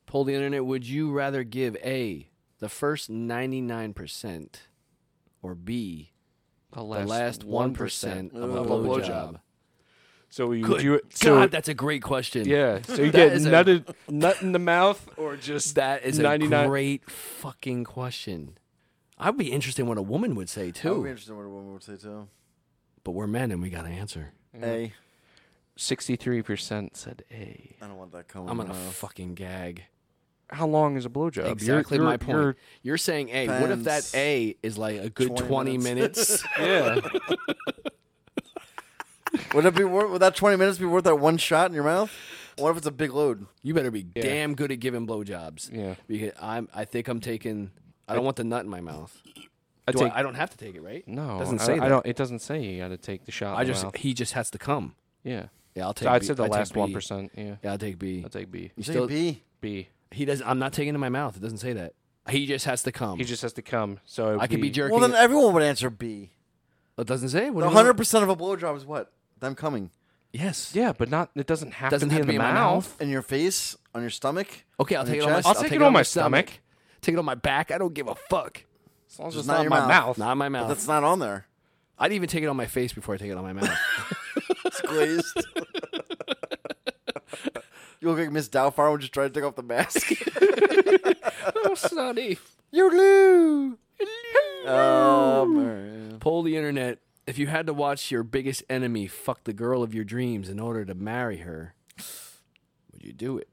A: Poll the internet. Would you rather give A, the first 99%, or B, the last one percent of a blowjob.
C: So we
A: Good
C: do it. So
A: God, that's a great question.
C: yeah. So you
A: That
C: get
A: is a-
C: nutted, nut in the mouth, or just
A: That is
C: 99
A: a great fucking question. I'd be interested in what a woman would say
C: Oh,
E: That would be
A: too.
E: interesting what a woman would say too.
A: But we're men and we got to answer.
E: A.
C: Mm. Sixty-three percent said A.
E: I don't want that coming.
A: I'm gonna
E: no.
C: Uh-huh.
A: fucking gag.
C: How long is a blowjob? You're-
A: Exactly
C: you're-
A: my point. You're,
C: you're-
A: saying, hey, what if that
E: Depends.
A: A is like a good
E: 20
A: twenty minutes?
C: [laughs] Yeah.
E: would it be worth? Would that 20 minutes be worth that one shot in your mouth? What if it's a big load?
A: [laughs] you better be damn good at giving blowjobs.
C: Yeah.
A: Because I'm, I think I'm taking. I don't want the nut in my mouth.
C: I
A: Do
C: take
A: I, I don't have to take it, right?
C: no.
A: doesn't
C: I-
A: say
C: I,
A: that.
C: don't. It doesn't say you got to take the shot.
A: I
C: in the
A: just
C: mouth.
A: he just has to come.
C: yeah.
A: Yeah, I'll take.
C: Oh, So I'd
A: B-
C: say the
A: I take
C: last
A: B.
C: one percent. Yeah.
A: Yeah, I'll take B.
C: I'll take B.
A: You
E: Say
A: still-
E: B.
C: B.
A: He does. I'm not taking it in my mouth. It doesn't say that. He just has to come.
C: He just has to come. So
A: Um, I could be jerking.
E: Well, then
A: it.
E: everyone would answer B.
A: It doesn't say. What do you want?
E: 100 percent of a blowjob is what them coming
A: Yes.
C: Yeah, but not. It doesn't have
A: Doesn't
C: to be
A: have to
C: in
A: be
C: the
A: in my
C: mouth.
A: mouth.
E: in your face, on your stomach.
A: Okay, I'll
E: on
A: take it
E: your
A: on my.
E: chest.
C: I'll take it on my stomach.
A: Take it on my back. I don't give a fuck.
C: As long as
E: Just
C: it's
E: not
C: not in
E: your
C: my
E: mouth.
C: mouth.
A: Not in my
E: But
A: mouth.
E: that's not on there.
A: I'd even take it on my face before I take it on my
E: [laughs]
A: mouth.
E: It's glazed. [laughs] you look like Miss Doubtfire when she tried to take off the mask. [laughs]
A: oh, snotty.
E: you loo. Um, all right.
A: Poll the internet. If you had to watch your biggest enemy fuck the girl of your dreams in order to marry her, would you do it?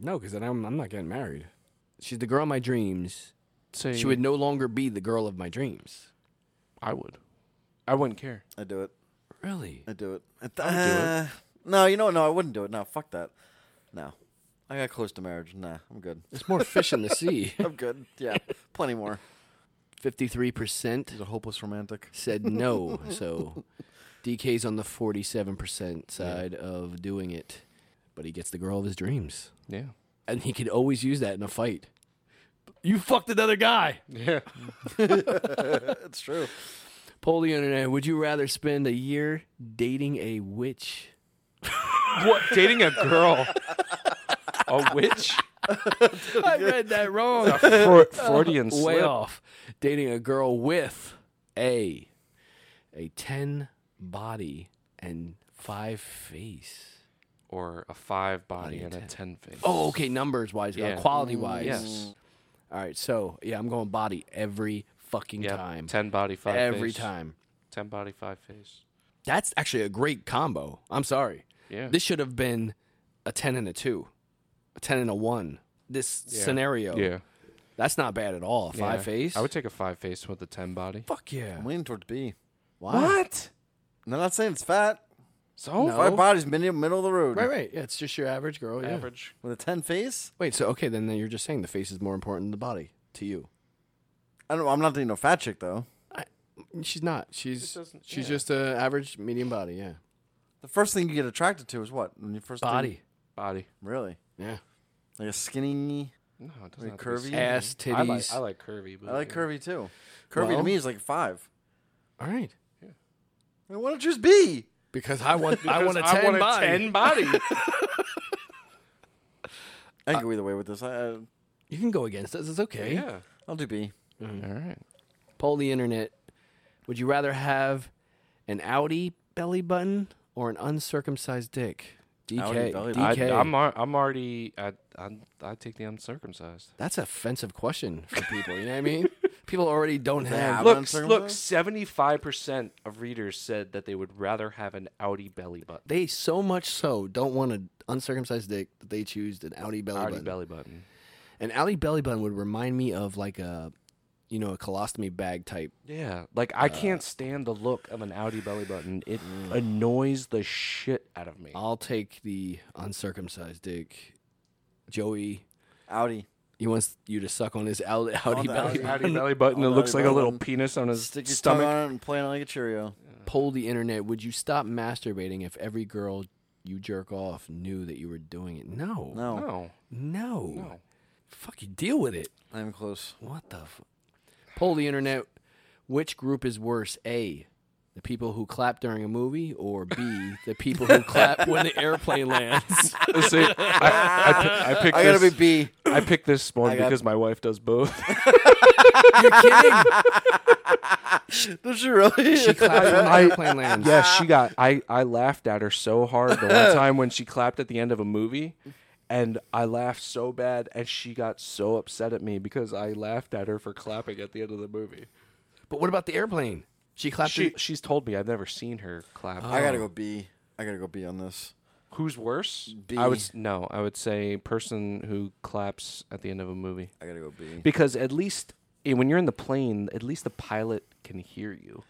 A: No, because then I'm, I'm not getting married. She's the girl of my dreams.
C: So
A: She would no longer be the girl of my dreams.
C: I would. I wouldn't care.
E: I do it.
A: Really?
E: I do it. I th- uh, No, you know what? No, I wouldn't do it. No, fuck that. No, I got close to marriage. Nah, I'm good. [laughs]
A: There's more fish in the sea. [laughs]
E: I'm good. [laughs] Yeah, plenty more.
A: 53%
E: He's a hopeless romantic.
A: said no. So DK's on the 47% side of doing it, but he gets the girl of his dreams.
C: Yeah.
A: And he could always use that in a fight. You fucked another guy.
C: Yeah. [laughs]
E: It's true.
A: Poll the internet. Would you rather spend a year dating a witch?
C: What? Dating
A: [laughs]
C: a girl? a witch?
A: I read that wrong.
C: Fro- Freudian
A: Oh. Way
C: [laughs] slip.
A: off. Dating a girl with a a 10 body and 5 face.
C: Or a five body and a ten face.
A: Oh, okay. Numbers wise,
C: Yeah. Mm,
A: quality wise.
C: yes.
A: All right. So yeah, I'm going body every fucking
C: Yep.
A: time.
C: Ten body, five
A: every
C: face.
A: time.
C: Ten body, five face.
A: That's actually a great combo. I'm sorry.
C: Yeah.
A: This should have been a ten and a two, a ten and a one. This scenario.
C: Yeah.
A: That's not bad at all. Five
C: Yeah.
A: face.
C: I would take a five face with a ten body.
A: Fuck yeah.
E: I'm leaning towards B.
C: What?
E: No, I'm not saying it's fat.
C: So
E: My body's middle middle of the road.
A: Right, right. Yeah, it's just your average girl. Yeah.
C: average.
E: With a ten face,
A: Wait. So okay, then, then you're just saying the face is more important than the body to you.
E: I don't. I'm not dating no fat chick though.
A: She's not. She's
C: doesn't-
A: she's
C: yeah.
A: just a average medium body. Yeah.
E: The first thing you get attracted to is what? When you first
A: Body.
C: Body.
E: date- really?
A: Yeah.
E: Like a skinny.
C: No, it doesn't
E: Like
C: have to be
E: curvy?
C: skinny.
A: Ass titties.
C: I like, I like curvy. But
E: I like
C: yeah.
E: curvy too. Curvy to me is like five.
A: All right.
E: I want to choose B.
A: Because I want I
C: [laughs] Because
A: want a ten body.
C: [laughs] body.
E: I can go either way with this. I, I,
A: You can go against us. It's okay.
C: yeah.
E: I'll do B.
C: All right.
A: Poll the internet. Would you rather have an Audi belly button or an uncircumcised dick? DK.
E: Audi belly button.
C: I,
A: DK.
C: I'm al- I'm already I I I take the uncircumcised.
A: That's an offensive question for people. You know what I
E: [laughs]
A: mean? people already don't have.
E: have it.
C: Look,
E: uncircumcised?
C: look, seventy five percent of readers said that they would rather have an Audi belly button.
A: They so much so don't want an uncircumcised dick that they choose an Audi belly
C: Audi
A: button.
C: belly button.
A: An Audi belly button would remind me of like a, you know, a colostomy bag type.
C: Yeah, like
E: Uh.
C: I can't stand the look of an Audi belly button. It
E: Mm.
C: annoys the shit out of me.
A: I'll take the uncircumcised dick. Joey,
E: Audi.
A: he wants you to suck on his Audi, Audi
E: the
A: belly
E: Audi-
A: button.
C: Audi belly button. It
E: Audi
C: looks like a
E: belly
C: little
E: button.
C: penis on his
E: Stick your
C: stomach.
E: tongue on it and play it like a Cheerio.
A: poll the internet would you stop masturbating if every girl you jerk off knew that you were doing it no
E: No,
C: No, [laughs]
A: no, fuck you deal with it
E: I'm close.
A: what the f- poll the internet which group is worse a The people who clap during a movie, or B, the people who clap [laughs] when the airplane lands.
C: See, I, I,
E: [laughs]
C: pi- I picked
E: I gotta be
C: this.
E: B.
C: I picked
E: [clears throat]
C: this one
E: got-
C: because my wife
A: [laughs]
C: does both.
E: Does she
A: [laughs]
E: really?
A: [laughs] She claps when the
C: I- [laughs]
A: airplane lands.
C: yeah, she got. I I laughed at her so hard the
E: [laughs]
C: one time when she clapped at the end of a movie, and I laughed so bad, and she got so upset at me because I laughed at her for clapping at the end of the movie.
A: But what about the airplane? She clapped.
C: She
A: in-
C: she's told me I've never seen her clap. Oh.
E: I gotta go B. I gotta go B on this.
C: Who's worse?
E: B.
C: I would s- no. I would say person who claps at the end of a movie
E: I gotta go B.
C: because at least eh, when you're in the plane, at least the pilot can hear you.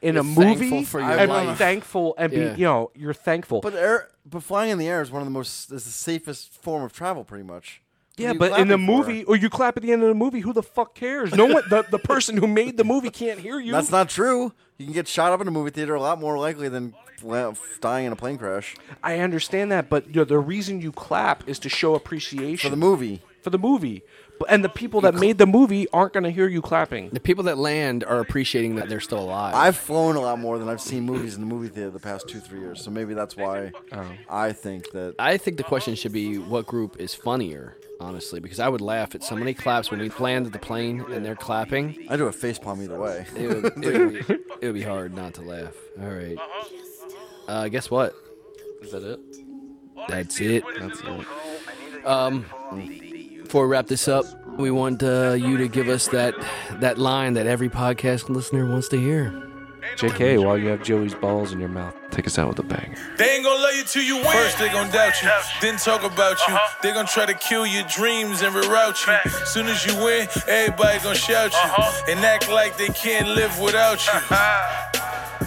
C: In a
A: Be
C: movie,
A: thankful for your
C: and be
A: life.
C: thankful and
A: Yeah.
C: be you know you're thankful.
E: But air, but flying in the air is one of the most is the safest form of travel, pretty much. What
C: Yeah,
E: are you
C: but in the
E: clapping for?
C: movie, or you clap at the end of the movie, who the fuck cares? No one, the,
E: [laughs]
C: the person who made the movie can't hear you.
E: that's not true. You can get shot up in a movie theater a lot more likely than fla- f- dying in a plane crash
C: I understand that, but you know, the reason you clap is to show
E: for
C: appreciation
E: the movie.
C: For the movie. But- And the people that made the movie aren't going to hear you clapping.
A: the people that land are appreciating that they're still alive.
E: I've flown a lot more than I've seen movies in the movie theater the past two three years, so maybe that's why
C: Oh.
E: I think that.
A: I think the question should be what group is funnier, honestly, because I would laugh at so many claps when we landed the plane and they're clapping.
E: I do a face palm either way.
A: It would, it would, be, it would be hard not to laugh. All right. Uh, guess what?
C: Is that it?
A: That's it. That's it. Um, before we wrap this up, we want uh, you to give us that that line that every podcast listener wants to hear.
C: JK, while you have Joey's balls in your mouth, take us out with a banger.
H: They ain't gonna love you till you win. First they gonna doubt you, then talk about you. They gonna try to kill your dreams and reroute you. Soon as you win, everybody gonna shout you and act like they can't live without [laughs] you.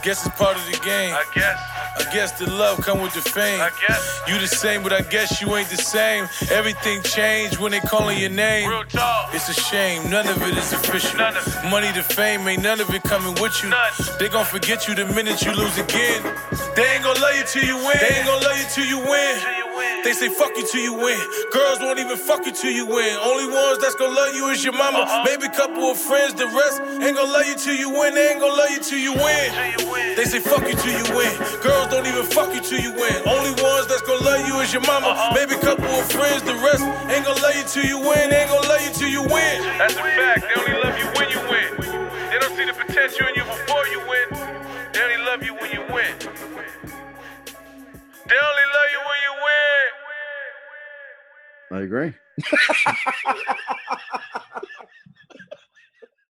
H: Guess it's part of the game. Uh-huh. I guess. I guess the love come with the fame. I guess. You the same, but I guess you ain't the same. Everything changed when they calling your name. Real talk. It's a shame, none of it is official. None of Money to fame, ain't none of it coming with you. They gon' forget you the minute you lose again. They ain't gon' love you till you win. They ain't gon' love you till you win. They say fuck you till you win. Girls won't even fuck you till you win. Only ones that's gon' love you is your mama. Maybe couple of friends, the rest ain't gon' love you till you win. They ain't gon' love you till you win. They say fuck you till you win. Girls don't even fuck you till you win. Only ones that's gon' love you is your mama. Maybe couple of friends, the rest ain't gon' love you till you win. They ain't gon' love you till you win. That's a fact. They only love you when you win. They don't see the potential in you before you win. They only love you when you win. They only love you when you win.
E: I agree.